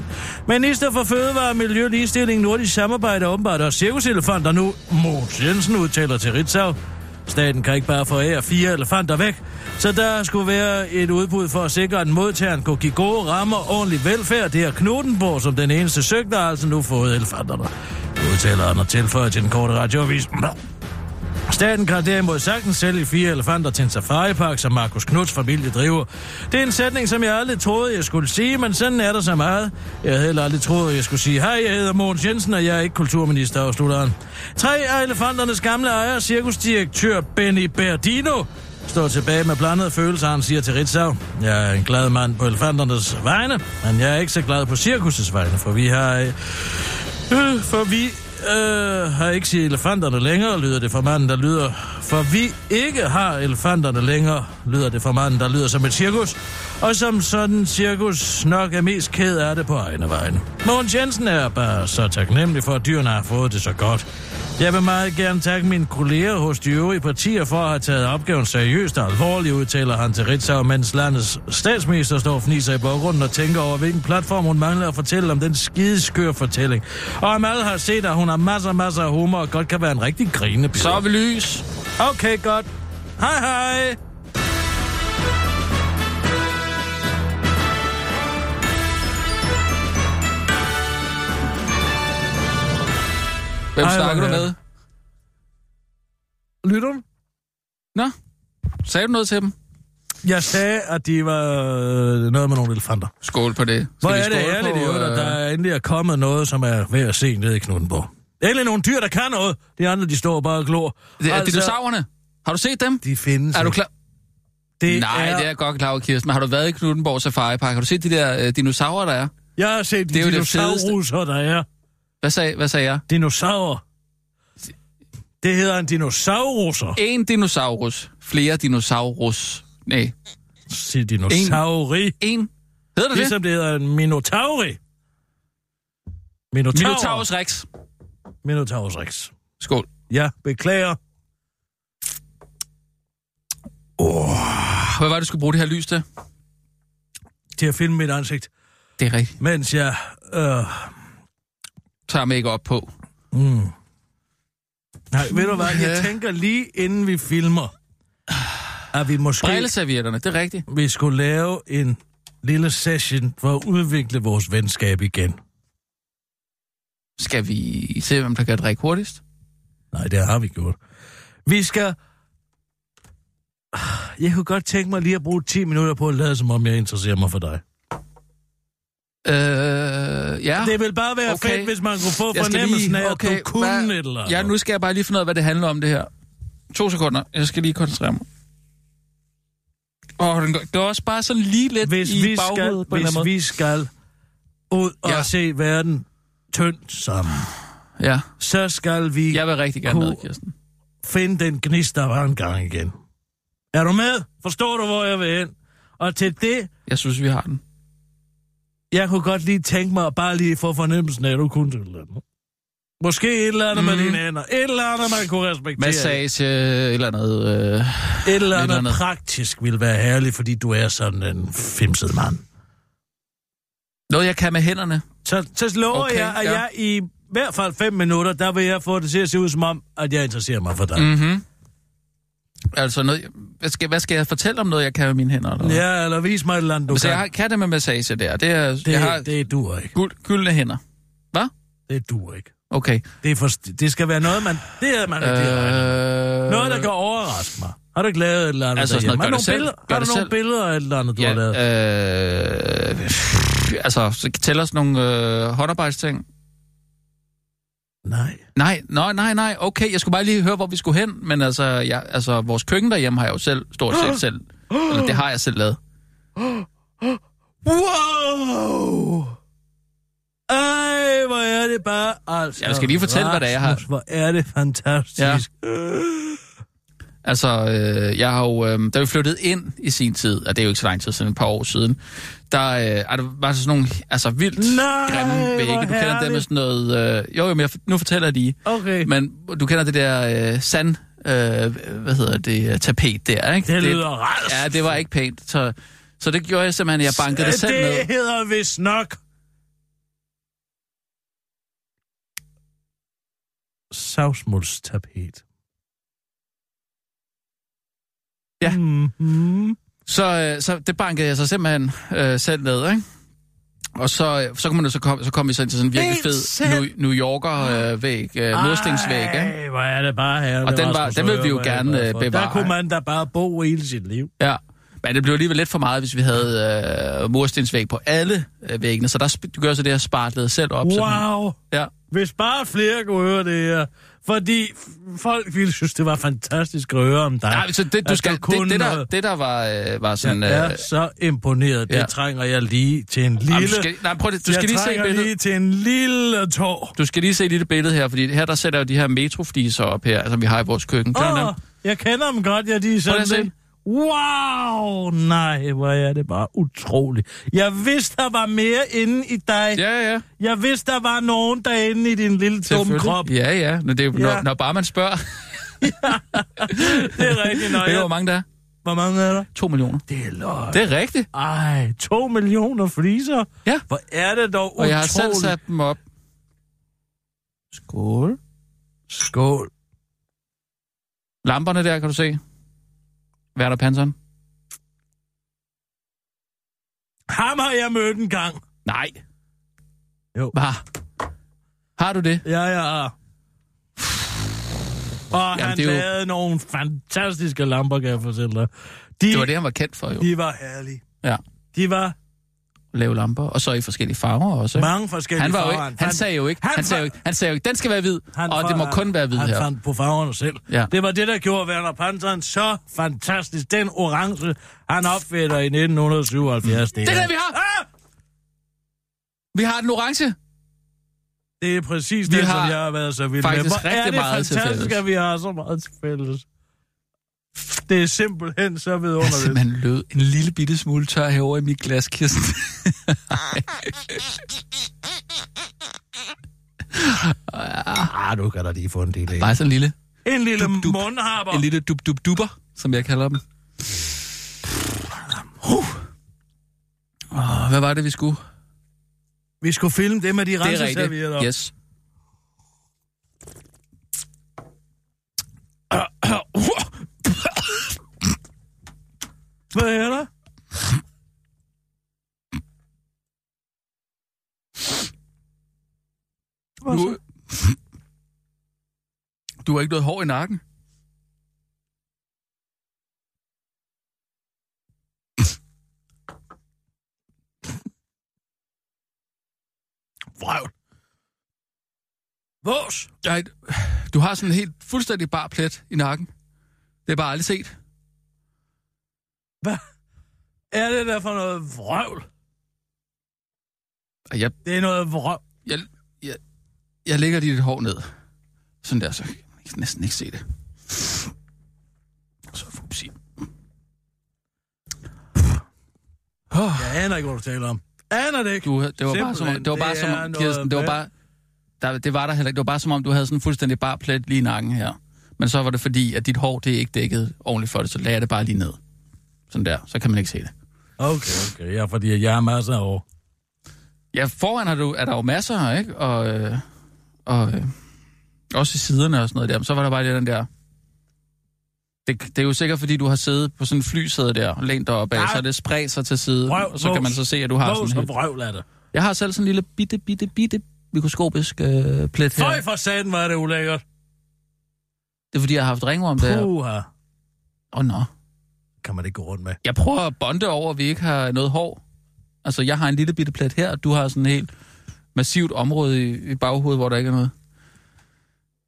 S2: Minister for Fødevare, Miljø, Ligestilling, Nordisk Samarbejde og åbenbart også cirkuselefanter nu, Mogens Jensen udtaler til Ritzau. Staten kan ikke bare forære fire elefanter væk, så der skulle være et udbud for at sikre, at modtageren kunne give gode rammer og ordentlig velfærd. Det har Knudenborg som den eneste søgte har altså nu fået elefanterne. Det udtaler han og tilføjer til den korte radioavis. Staten kan derimod sagtens sælge fire elefanter til en safaripark, som Markus Knuds familie driver. Det er en sætning, som jeg aldrig troede, jeg skulle sige, men sådan er der så meget. Jeg havde heller aldrig troet, jeg skulle sige, hej, jeg hedder Mogens Jensen, og jeg er ikke kulturminister, afslutter han. Tre af elefanternes gamle ejer, cirkusdirektør Benny Berdino, står tilbage med blandede følelser, han siger til Ritzau. Jeg er en glad mand på elefanternes vegne, men jeg er ikke så glad på cirkusets vegne, for vi har... Øh, øh, for vi øh, har ikke siger elefanterne længere, lyder det fra manden, der lyder... For vi ikke har elefanterne længere, lyder det fra manden, der lyder som et cirkus. Og som sådan cirkus nok er mest ked af det på egne vegne. Mogens Jensen er bare så taknemmelig for, at dyrene har fået det så godt. Jeg vil meget gerne takke mine kolleger hos de øvrige partier for at have taget opgaven seriøst og alvorligt, udtaler han til Ritzau, mens landets statsminister står og fniser i baggrunden og tænker over, hvilken platform hun mangler at fortælle om den skideskør fortælling. Og om alle har set, at hun har masser masser af humor og godt kan være en rigtig grinende
S3: Så er
S2: bjørn.
S3: vi lys.
S2: Okay, godt. Hej hej!
S3: Hvem
S2: Ej, hvor
S3: snakker du
S2: er
S3: med?
S2: det. Lytter du?
S3: Nå, sagde du noget til dem?
S2: Jeg sagde, at de var øh, noget med nogle elefanter.
S3: Skål på det. Skal
S2: Hvor
S3: vi
S2: er det
S3: skåle
S2: ærligt,
S3: på,
S2: på, at
S3: øh,
S2: der er endelig er kommet noget, som er ved at se ned i Knuttenborg. Endelig nogle dyr, der kan noget. De andre, de står bare og glor. Altså,
S3: Det er dinosaurerne. Har du set dem?
S2: De findes.
S3: Er du
S2: ikke.
S3: klar?
S2: Det
S3: Nej,
S2: er...
S3: det er jeg godt klar over, Kirsten. Men Har du været i Knuttenborg Safari Park? Har du set de der øh, dinosaurer, der er?
S2: Jeg har set
S3: Det
S2: de
S3: er jo det fedeste.
S2: dinosauruser, der er.
S3: Hvad sagde, hvad sagde jeg?
S2: Dinosaurer. Det hedder en dinosauruser.
S3: En dinosaurus. Flere dinosaurus. Nej,
S2: Sig dinosauri.
S3: en. Hedder det det?
S2: Ligesom det hedder en minotauri. Minotaur.
S3: Minotaurus rex.
S2: Minotaurus Rex.
S3: Skål.
S2: Ja, beklager.
S3: Hvad var det, du skulle bruge det her lys til?
S2: Til at filme mit ansigt,
S3: Det er rigtigt.
S2: mens jeg... Øh,
S3: Tager mig ikke op på.
S2: Mm. Nej, ved du hvad, jeg
S3: Ja.
S2: tænker lige inden vi filmer, at vi måske
S3: Brilleservietterne, det er rigtigt.
S2: vi skulle lave en lille session for at udvikle vores venskab igen.
S3: Skal vi se, hvem der kan drikke hurtigst?
S2: Nej, det har vi gjort. Vi skal... Jeg kunne godt tænke mig lige at bruge 10 minutter på at lade som om, jeg interesserer mig for dig.
S3: Øh, ja.
S2: Det ville bare være okay.
S3: Ah, Okay.
S2: fedt, hvis man kunne få fornemmelsen af, okay. at du kunne
S3: hvad-
S2: et eller andet.
S3: Ja, nu skal jeg bare lige finde ud af, hvad det handler om, det her. To sekunder. Jeg skal lige koncentrere mig. Åh, den går... Det er også bare sådan lige lidt
S2: hvis
S3: i
S2: vi
S3: baghovedet
S2: skal,
S3: på en eller
S2: hvis
S3: anden
S2: vi skal ud og ja.
S3: Ja.
S2: se verden tyndt sammen,
S3: måde. Ja,
S2: så skal vi
S3: jeg
S2: ja.
S3: vil rigtig gerne
S2: Kunne-
S3: med, Kirsten.
S2: finde den gnist, der var engang igen. Er du med? Forstår du, hvor jeg vil hen? Og til det,
S3: Jeg synes, vi har den.
S2: jeg kunne godt lige tænke mig at bare lige få fornemmelsen af, at du kunne det eller andet. Måske et eller andet mm. med
S3: Mhm.
S2: dine hænder. Et eller andet, man kunne respektere.
S3: Massage, et eller andet.
S2: Et
S3: Øh,
S2: eller
S3: et
S2: andet,
S3: eller andet.
S2: praktisk ville være herligt, fordi du er sådan en fimset mand.
S3: noget, jeg kan med hænderne.
S2: Så, så lover okay,
S3: Okay,
S2: jeg, at ja.
S3: ja.
S2: jeg i hvert fald fem minutter, der vil jeg få det til at se ud som om, at jeg interesserer mig for dig. Mm.
S3: Mm-hmm. Altså, noget, hvad, skal, hvad skal jeg fortælle om noget, jeg kan med mine hænder? Eller? hvad?
S2: Ja, eller vis mig et eller andet, du
S3: Så
S2: kan.
S3: jeg har, kan det med massage der. Det er, det,
S2: Det,
S3: jeg har det.
S2: det duer ikke.
S3: Guld, gyldne hænder.
S2: Det duer ikke.
S3: Okay.
S2: Det, er for, det skal være noget, man... Det er man øh, Noget, der kan overraske mig. Har du ikke lavet et eller andet
S3: Øh, Altså, sådan
S2: derhjemme?
S3: noget,
S2: Har du
S3: gør
S2: nogle
S3: det selv.
S2: billeder,
S3: Gør
S2: har du
S3: det
S2: nogle billeder af et eller
S3: selv.
S2: andet, du ja, har
S3: ja,
S2: lavet? Øh,
S3: Øh, altså, så tæller os nogle øh, håndarbejdsting.
S2: Nej.
S3: Nej, nej, nej, nej, okay, jeg skulle bare lige høre, hvor vi skulle hen, men altså, jeg, altså vores køkken derhjemme har jeg jo selv, stort set selv, eller det har jeg selv lavet.
S2: Wow! Ej, hvor er det bare... Altså,
S3: Jeg skal lige fortælle, hvad det er, jeg har-
S2: Rasmus, Hvor er det fantastisk.
S3: Altså, øh, jeg har jo, øh, da vi flyttede ind i sin tid, og det er jo ikke så lang tid siden, et par år siden, der, øh, er der var sådan nogle altså, vildt
S2: Nej,
S3: grimme
S2: hvor
S3: vægge. Du kender det med
S2: herligt.
S3: sådan noget... Øh, jo, jo, men jeg, nu fortæller jeg lige.
S2: Okay.
S3: Men du kender det der øh, sand... Øh, hvad hedder det? øh, Tapet der, ikke?
S2: Det lyder rart.
S3: Ja, det var ikke pænt. Så, så det gjorde jeg simpelthen, jeg bankede det selv
S2: det
S3: ned.
S2: hedder vist nok... Savsmulstapet.
S3: Ja.
S2: Mm-hmm.
S3: Så, øh, så det bankede jeg så simpelthen øh, selv ned, ikke? Og så, øh, så, kunne man jo så, kom, så kom vi så ind til sådan en virkelig
S2: Helt
S3: fed
S2: selv?
S3: New, New Yorker-væg, øh, murstensvæg, ikke?
S2: Ej, hvor er det bare her.
S3: Og den var- den vil vi jo gerne, øh,
S2: Der
S3: bevare.
S2: kunne man da bare bo hele sit liv.
S3: Ja, men det blev alligevel lidt for meget, hvis vi havde øh, murstensvæg på alle øh, væggene, så der sp- du gør så det her spartlet selv op. Sådan.
S2: Wow!
S3: Ja.
S2: Hvis bare flere kunne høre det her. Fordi f- folk ville synes, det var fantastisk at høre om dig.
S3: Nej, så det, du
S2: At
S3: skal, det,
S2: kunne
S3: det, der,
S2: noget.
S3: det der var, øh, var sådan...
S2: Jeg
S3: Ja,
S2: er så imponeret. Det
S3: ja.
S2: trænger jeg lige til en lille...
S3: Jamen, du skal, nej, prøv det, du skal
S2: jeg
S3: lige se
S2: trænger
S3: billedet.
S2: lige til en lille tår.
S3: Du skal lige se et lille billede her, fordi her der sætter jeg jo de her metrofliser op her, som vi har i vores køkken. Kan du
S2: Åh,
S3: dem?
S2: oh, jeg kender dem godt, ja, de er
S3: Prøv lige
S2: sådan
S3: at se.
S2: lidt. Wow, nej, hvor er det bare utroligt. Jeg vidste, der var mere inde i dig.
S3: Ja, ja,
S2: Jeg vidste, der var nogen derinde i din lille dumme
S3: selvfølgelig.
S2: krop.
S3: Ja, ja, når, det, er jo-
S2: Ja.
S3: når, når bare man spørger.
S2: Det er rigtigt, når
S3: Ved du, hvor
S2: jeg...
S3: mange der er?
S2: Hvor mange er der?
S3: To millioner.
S2: Det er løgn.
S3: Det er rigtigt.
S2: Ej, to millioner fliser.
S3: Ja.
S2: Hvor er det dog
S3: Og
S2: utroligt.
S3: jeg har selv sat dem op. Skål.
S2: Skål.
S3: Lamperne der, kan du se. Werner Panson.
S2: Ham har jeg mødt en gang.
S3: Nej.
S2: Jo.
S3: Hva? Har du det?
S2: Ja, ja. Og Jamen, han
S3: det er jo-
S2: lavede nogle fantastiske lamper, kan jeg fortælle dig. De,
S3: Det var det, han var kendt for, jo.
S2: de var herlige.
S3: Ja.
S2: De var
S3: Lave lamper, og så i forskellige farver også. ikke?
S2: mange forskellige
S3: Han, var jo
S2: farver.
S3: ikke, han
S2: fandt-
S3: sagde jo ikke, han,
S2: fandt-
S3: sagde jo ikke, han sagde jo ikke, den skal være hvid,
S2: han
S3: og det
S2: fandt-
S3: må kun være hvid
S2: han
S3: her.
S2: fandt på farverne selv.
S3: Ja.
S2: Det var det, der gjorde Werner Pantheren så fantastisk. Den orange, han opfætter i 1977.
S3: Det er
S2: er-
S3: den, vi har!
S2: Ah!
S3: Vi har den orange.
S2: Det er præcis
S3: Vi
S2: det,
S3: har
S2: som jeg har været så vild med.
S3: faktisk
S2: Hvor er
S3: rigtig
S2: det
S3: meget til
S2: fantastisk,
S3: fælles.
S2: at vi har så meget til fælles. Det er simpelthen så
S3: Jeg er
S2: vidunderligt.
S3: simpelthen lød en lille bitte smule tør herovre i mit glas, Kirsten.
S2: Ah, du kan da lige få en del af.
S3: Bare sådan en lille,
S2: En lille
S3: Dup, dup.
S2: mundharper.
S3: en lille dub-dub-duber, som jeg kalder dem. Uh. Oh, hvad var det, vi skulle?
S2: Vi skulle filme det med de
S3: Det er
S2: renseservietter.
S3: rigtigt. Yes.
S2: Hvad er der? Hvad så?
S3: Du, du har ikke noget hår i nakken.
S2: Vrøvl. Vås.
S3: Nej, du har sådan en helt fuldstændig bar plet i nakken. Det er bare aldrig set.
S2: Hvad er det der for noget vrøvl?
S3: Og jeg,
S2: Det er noget vrøvl.
S3: jeg, jeg, jeg lægger lige dit hår ned. Sådan der, så kan man ikke- næsten ikke se det. Så fupsi. Oh,
S2: Jeg aner ikke, hvad du taler om. Aner det ikke.
S3: du, det var bare som om, det var bare
S2: Simpelthen,
S3: som om,
S2: det er
S3: Kirsten, det var
S2: noget
S3: bare, der, det var der heller ikke. Det var bare som om, du havde sådan en fuldstændig bar plet lige i nakken her. Men så var det fordi, at dit hår, det er ikke dækket ordentligt for det, så lagde jeg det bare lige ned. Sådan der, så kan man ikke se det.
S2: Okay, okay. Ja, fordi jeg har masser af år.
S3: Ja, foran har du, er der jo masser her, ikke? Og, øh, og øh, også i siderne og sådan noget der. Men så var der bare lige den der... Det, det er jo sikkert, fordi du har siddet på sådan en flysæde der, og lænt dig opad,
S2: Nej.
S3: så det spredt sig til siden,
S2: Vrøv,
S3: og så kan man så se, at du har
S2: Vås
S3: sådan
S2: og
S3: en...
S2: vrøvl er det.
S3: Jeg har selv sådan en lille bitte, bitte, bitte mikroskopisk øh, plet her.
S2: Føj for satan, var det ulækkert.
S3: Det er, fordi jeg har haft ringorm der. Åh,
S2: Puha.
S3: oh, nå.
S2: Kan man ikke gå rundt med.
S3: Jeg prøver at bonde over, at vi ikke har noget hår. Altså, jeg har en lille bitte plet her, og du har sådan en helt massivt område i, i baghovedet, hvor der ikke er noget.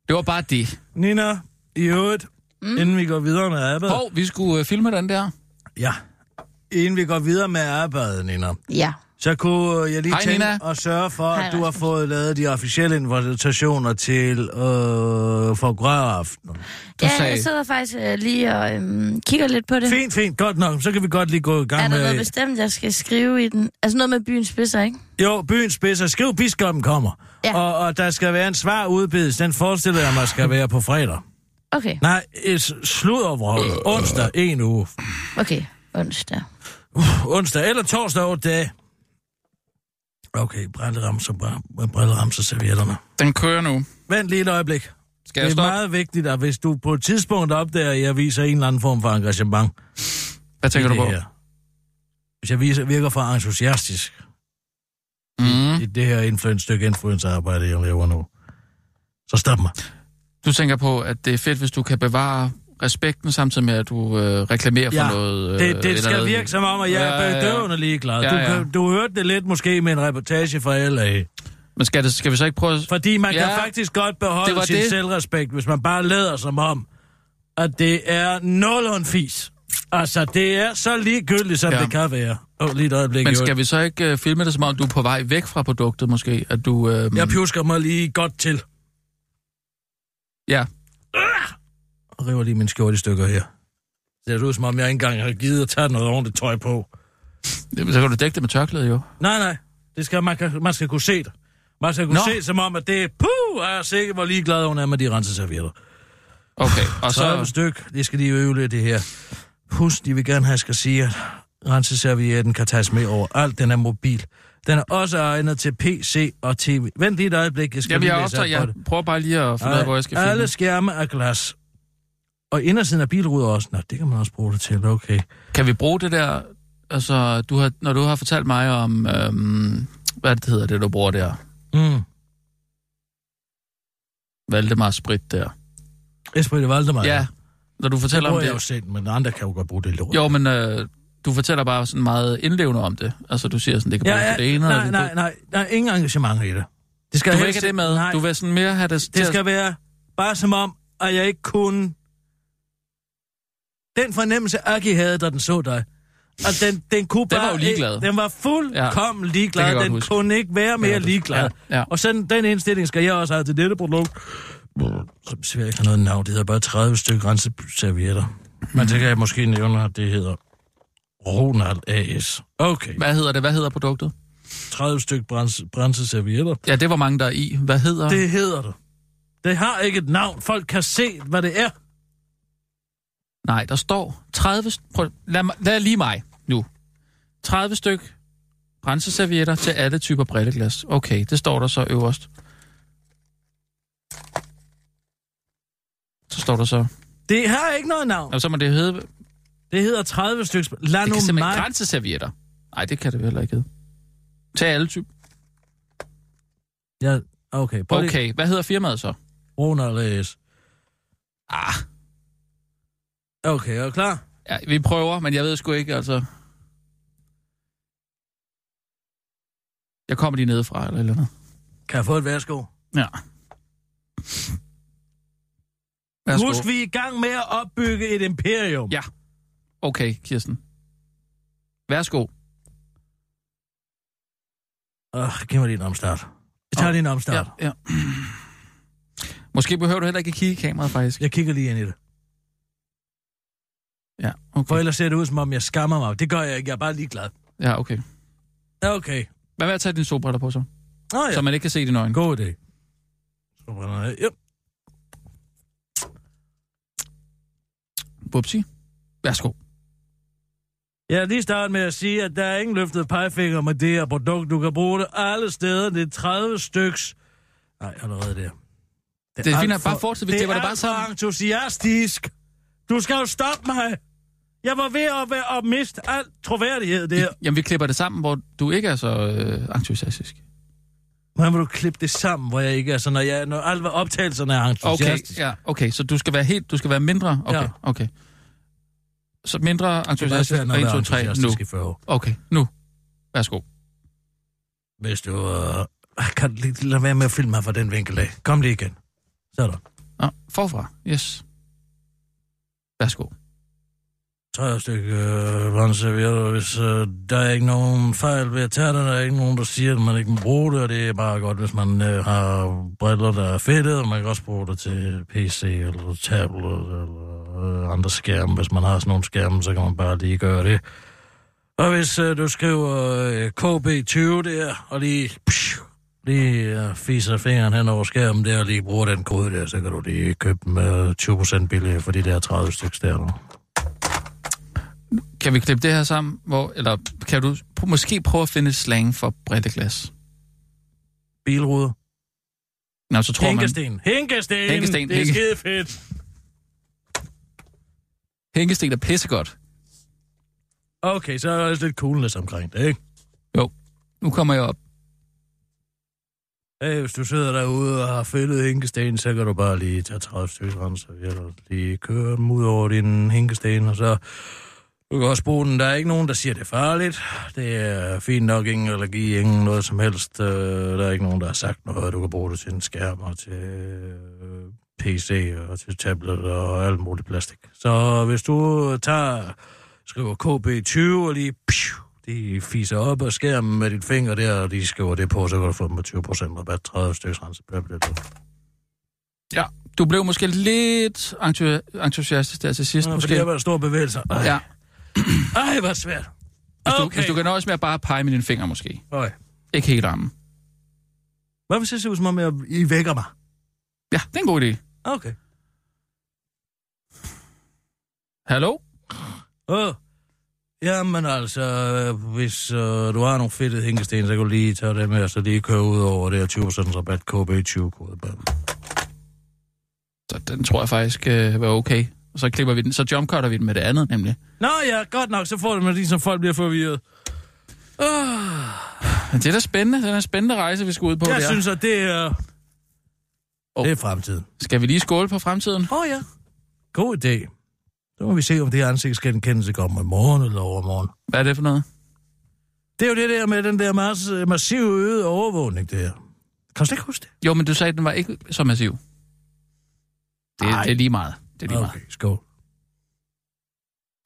S3: Det var bare det.
S2: Nina, i øvrigt, mm. inden vi går videre med arbejdet.
S3: Hov, vi skulle øh, filme den der.
S2: Ja. Inden vi går videre med arbejdet, Nina,
S6: Ja.
S2: så kunne øh, jeg lige
S3: Hej,
S2: tænke
S3: Nina.
S2: at sørge for,
S6: Hej,
S2: at du har
S6: Rasmus.
S2: fået lavet de officielle invitationer til øh, for grøaften.
S3: Du
S6: ja,
S3: sagde-
S6: jeg sidder faktisk øh, lige og øhm, kigger lidt på det.
S2: Fint, øh, fint, godt nok. Så kan vi godt lige gå i gang
S6: Er der
S2: med...
S6: noget bestemt, jeg skal skrive i den? Altså noget med byens spidser, ikke?
S2: Jo, byens spidser. Skriv, biskoppen kommer.
S6: Ja.
S2: Og, og der skal være en svar udbedelse. Den forestiller jeg mig skal være på fredag.
S6: Okay,
S2: Nej, et sluddervrøvl. Onsdag, en uge.
S6: okay. Onsdag.
S2: Onsdag eller torsdag, otte dage. Okay, brilleramser, br- brilleramser servietterne.
S3: Den kører nu.
S2: Vent lige et øjeblik.
S3: Skal
S2: det
S3: jeg
S2: er
S3: stoppe?
S2: meget vigtigt, at hvis du på et tidspunkt opdager, at jeg viser en eller anden form for engagement
S3: Hvad tænker
S2: i
S3: du
S2: det
S3: på?
S2: her. Hvis jeg viser, virker for entusiastisk
S3: Mm.
S2: i det her influence, stykke influencerarbejde, jeg laver nu, så stop mig.
S3: Du tænker på, at det er fedt, hvis du kan bevare respekten, samtidig med, at du øh, reklamerer
S2: Ja,
S3: for noget... Øh,
S2: Det, det
S3: eller
S2: skal
S3: noget.
S2: virke som om, at jeg
S3: Ja, ja,
S2: er
S3: ja.
S2: bedøvende ligeglad.
S3: Ja,
S2: Du,
S3: ja.
S2: kan- du hørte det lidt måske med en reportage fra LA.
S3: Men skal, det, skal vi så ikke prøve... For...
S2: Fordi man
S3: Ja,
S2: kan faktisk godt
S3: det var
S2: beholde sin
S3: det.
S2: det. selvrespekt, hvis man bare lader som om, at det er nul fis. Altså, det er så ligegyldigt, som
S3: Ja.
S2: ja. det kan være. Åh, oh, lige et øjeblik.
S3: Men
S2: i øvrigt.
S3: skal vi så ikke øh, filme det, som om du er på vej væk fra produktet, måske? At du... Øh,
S2: Jeg pjusker mig lige godt til.
S3: ja.
S2: Og river lige min skjorte i stykker her. Det ser ud, som om jeg ikke engang har givet at tage noget ordentligt tøj på.
S3: Jamen, Så kan du dække det med tørklæde, jo.
S2: Nej, nej. Det skal, man, kan, man skal kunne se det. Man skal kunne
S3: Nå.
S2: Nå. se som om, at det er... Puh, er jeg sikker, hvor ligeglad hun er med de renseservietter.
S3: Okay, og
S2: Så er
S3: så...
S2: et stykke. Det skal de øve lidt, det her. Husk, de vil gerne have, at jeg skal sige, at renseservietten kan tages med over alt. Den er mobil. Den er også egnet til PC og TV. Vent lige et øjeblik, jeg skal
S3: Jamen,
S2: lige
S3: jeg,
S2: læse
S3: optager,
S2: op på
S3: jeg
S2: det.
S3: prøver bare lige at finde ud af, hvor jeg skal filme.
S2: Alle skærme er glas. Og indersiden af bilruder også. Nå, det kan man også bruge det til, okay.
S3: Kan vi bruge det der... Altså, du har, når du har fortalt mig om... Øhm, hvad det hedder det, du bruger der?
S2: Mm.
S3: Valdemar Sprit der.
S2: Esprit de Valdemar.
S3: Ja. når du fortæller om
S2: bruger
S3: det.
S2: jeg jo selv, men andre kan jo godt bruge det lort.
S3: Jo, men øh, du fortæller bare sådan meget indlevende om det. Altså, du siger sådan, det kan
S2: ja,
S3: bruges
S2: ja,
S3: til det ene.
S2: nej,
S3: og det,
S2: nej, nej, der er ingen engagement i det. Det skal
S3: Du vil
S2: helst-
S3: ikke have det med.
S2: Nej,
S3: Du vil sådan mere have det, til
S2: det
S3: at-
S2: skal være bare som om, at jeg ikke kunne... Den fornemmelse, Aki havde, da den så dig, og den, den kunne
S3: Den
S2: bare...
S3: var jo ligeglad.
S2: Ikke, den var fuldkommen ja,
S3: det kan jeg
S2: ligeglad.
S3: godt
S2: Den
S3: huske.
S2: kunne ikke være mere
S3: godt huske.
S2: ligeglad.
S3: Ja, ja.
S2: Og sådan, den indstilling skal jeg også have til dette produkt. Som svært ikke har noget navn. Det hedder bare 30 stykker renseservietter. Men det kan jeg måske nævne, at det hedder Ronald A.S. Okay.
S3: Hvad hedder det? Hvad hedder produktet?
S2: 30 styk brænse, brænseservietter.
S3: Ja, det var mange, der er i. Hvad hedder det?
S2: Det hedder det. Det har ikke et navn. Folk kan se, hvad det er.
S3: Nej, der står 30... st- Prøv, lad, mig- lad lige mig nu. 30 styk renseservietter til alle typer brilleglas. Okay, det står der så øverst. Så står der så...
S2: Det har ikke noget navn.
S3: Jamen, så må det hedde... Det
S2: Det hedder 30 stykker. Lad
S3: kan
S2: nu mig...
S3: simpelthen grænseservietter. Nej, det kan det vel heller ikke hedde. Til alle typer.
S2: Ja, okay. Prøv okay. Lige.
S3: Okay, hvad hedder firmaet så?
S2: Ronald A.S.
S3: Ah,
S2: Okay, er du klar?
S3: ja, vi prøver, men jeg ved sgu ikke, altså... Jeg kommer lige nedefra, eller et eller andet.
S2: Kan jeg få et værsgo?
S3: Ja. Værsgo.
S2: Husk, vi er i gang med at opbygge et imperium.
S3: Ja. Okay, Kirsten. Værsgo.
S2: Oh, giv mig lige en omstart. Jeg tager
S3: Åh,
S2: lige en omstart.
S3: Ja, ja. Måske behøver du heller ikke at kigge i kameraet, faktisk.
S2: Jeg kigger lige ind i det.
S3: Ja,
S2: For
S3: okay.
S2: ellers ser det ud, som om jeg skammer mig. Det gør jeg ikke. Jeg er bare ligeglad.
S3: Ja, okay.
S2: Ja, Okay.
S3: Hvad med at tage dine solbriller på så?
S2: Nå ja.
S3: Så man ikke kan se dine øjne.
S2: God idé. Så brænder jeg. Ja.
S3: Bupsi. Værsgo.
S2: Jeg vil lige starte med at sige, at der er ingen løftet pegefinger med det her produkt. Du kan bruge det alle steder. Det er 30 styks. Nej, allerede der.
S3: Det er
S2: alt
S3: fint, at bare fortsæt, hvis det var det
S2: er
S3: bare
S2: alt
S3: sådan.
S2: for entusiastisk. Du skal jo stoppe mig. Jeg var ved at, være, at miste al troværdighed der.
S3: Jamen, vi klipper det sammen, hvor du ikke er så øh, entusiastisk.
S2: Hvordan vil du klippe det sammen, hvor jeg ikke er sådan, når, jeg, når alle optagelserne er
S3: Okay,
S2: entusiastiske?
S3: ja, okay, så du skal være helt, du skal være mindre, okay,
S2: Ja.
S3: ja. okay. Så mindre
S2: Det er bare
S3: entusiastisk,
S2: svært, når
S3: og 1,
S2: jeg
S3: 2,
S2: er
S3: 3, nu.
S2: entusiastisk i 40 år.
S3: Okay, nu. Værsgo.
S2: Hvis du... Øh, kan du lige lade være med at filme mig fra den vinkel af. Kom lige igen. Sådan.
S3: Nå, forfra, yes. Værsgo.
S2: 30 stykker øh, brandservietter, hvis øh, der er ikke nogen fejl ved at tage det, der er ikke nogen, der siger, at man ikke må bruge det, og det er bare godt, hvis man øh, har briller, der er fedtede, og man kan også bruge det til PC eller tablet eller øh, andre skærme. Hvis man har sådan nogle skærme, så kan man bare lige gøre det. Og hvis øh, du skriver øh, KB20 der, og lige, psh, lige øh, fiser fingeren hen over skærmen der, og lige bruger den kode der, så kan du lige købe dem øh, 20% billigere for de der 30 stykker der. Nu.
S3: Kan vi klippe det her sammen? Hvor, eller kan du pr- måske prøve at finde et slang for brætteglas?
S2: Bilruder.
S3: Nå, så tror man...
S2: Hænkesten. Hænkesten.
S3: Hænkesten,
S2: Det er
S3: hænke-
S2: skide fedt.
S3: Hænkesten er pissegodt.
S2: Okay, så er der også lidt coolness omkring det, ikke?
S3: Jo, nu kommer jeg op.
S2: Hey, hvis du sidder derude og har fældet hænkesten, så kan du bare lige tage 30 stykker renser, eller lige køre dem ud over din hænkesten, og så... Du kan også bruge den. Der er ikke nogen, der siger, det er farligt. Det er fint nok, ingen allergi, ingen noget som helst. Øh, Der er ikke nogen, der har sagt noget. Du kan bruge det til en skærm og til øh, PC og til tablet og alt muligt plastik. Så hvis du tager, skriver KB20 og lige, pju, de fiser op og skærmen med dit finger der, og de skriver det på, så kan du få dem med 20% rabat, 30 stykker renseblablablabla.
S3: Ja, du blev måske lidt entu- entusiastisk der til sidst,
S2: Nå,
S3: måske.
S2: Fordi der var der store bevægelser. Ej,
S3: Ja,
S2: ja. Ej, hvor svært.
S3: hvis du,
S2: Okay.
S3: hvis du kan nøjes med at bare pege med dine fingre, måske.
S2: Øj.
S3: Ikke helt armen.
S2: Hvorfor ser det ud som om, jeg, I vækker mig?
S3: Ja, det er en god idé.
S2: Okay.
S3: Hallo?
S2: Åh. Jamen altså, øh, hvis øh, du har nogle fedtede hængesten, så kan du lige tage det med, og så lige køre ud over det her 20% rabat KB20-kode.
S3: Så den tror jeg faktisk øh, var okay. Og så klipper vi den, så jumpcutter vi den med det andet, nemlig.
S2: Nå ja, godt nok, så får du med ligesom folk bliver forvirret.
S3: Men det er da spændende. Det er da en spændende rejse, vi skal ud på
S2: Jeg
S3: der.
S2: synes, at det er...
S3: Åh.
S2: Det er fremtiden.
S3: Skal vi lige skåle på fremtiden?
S2: Åh oh, ja. God idé. Så må vi se, om det her ansigtsgenkendelse kommer i morgen eller overmorgen.
S3: Hvad er det for noget?
S2: Det er jo det der med den der mass- massive øget overvågning, det her. Kan du slet ikke huske det?
S3: Jo, men du sagde, at den var ikke så massiv. Det,
S2: Nej.
S3: det er lige meget. Det er lige meget.
S2: Okay, skål.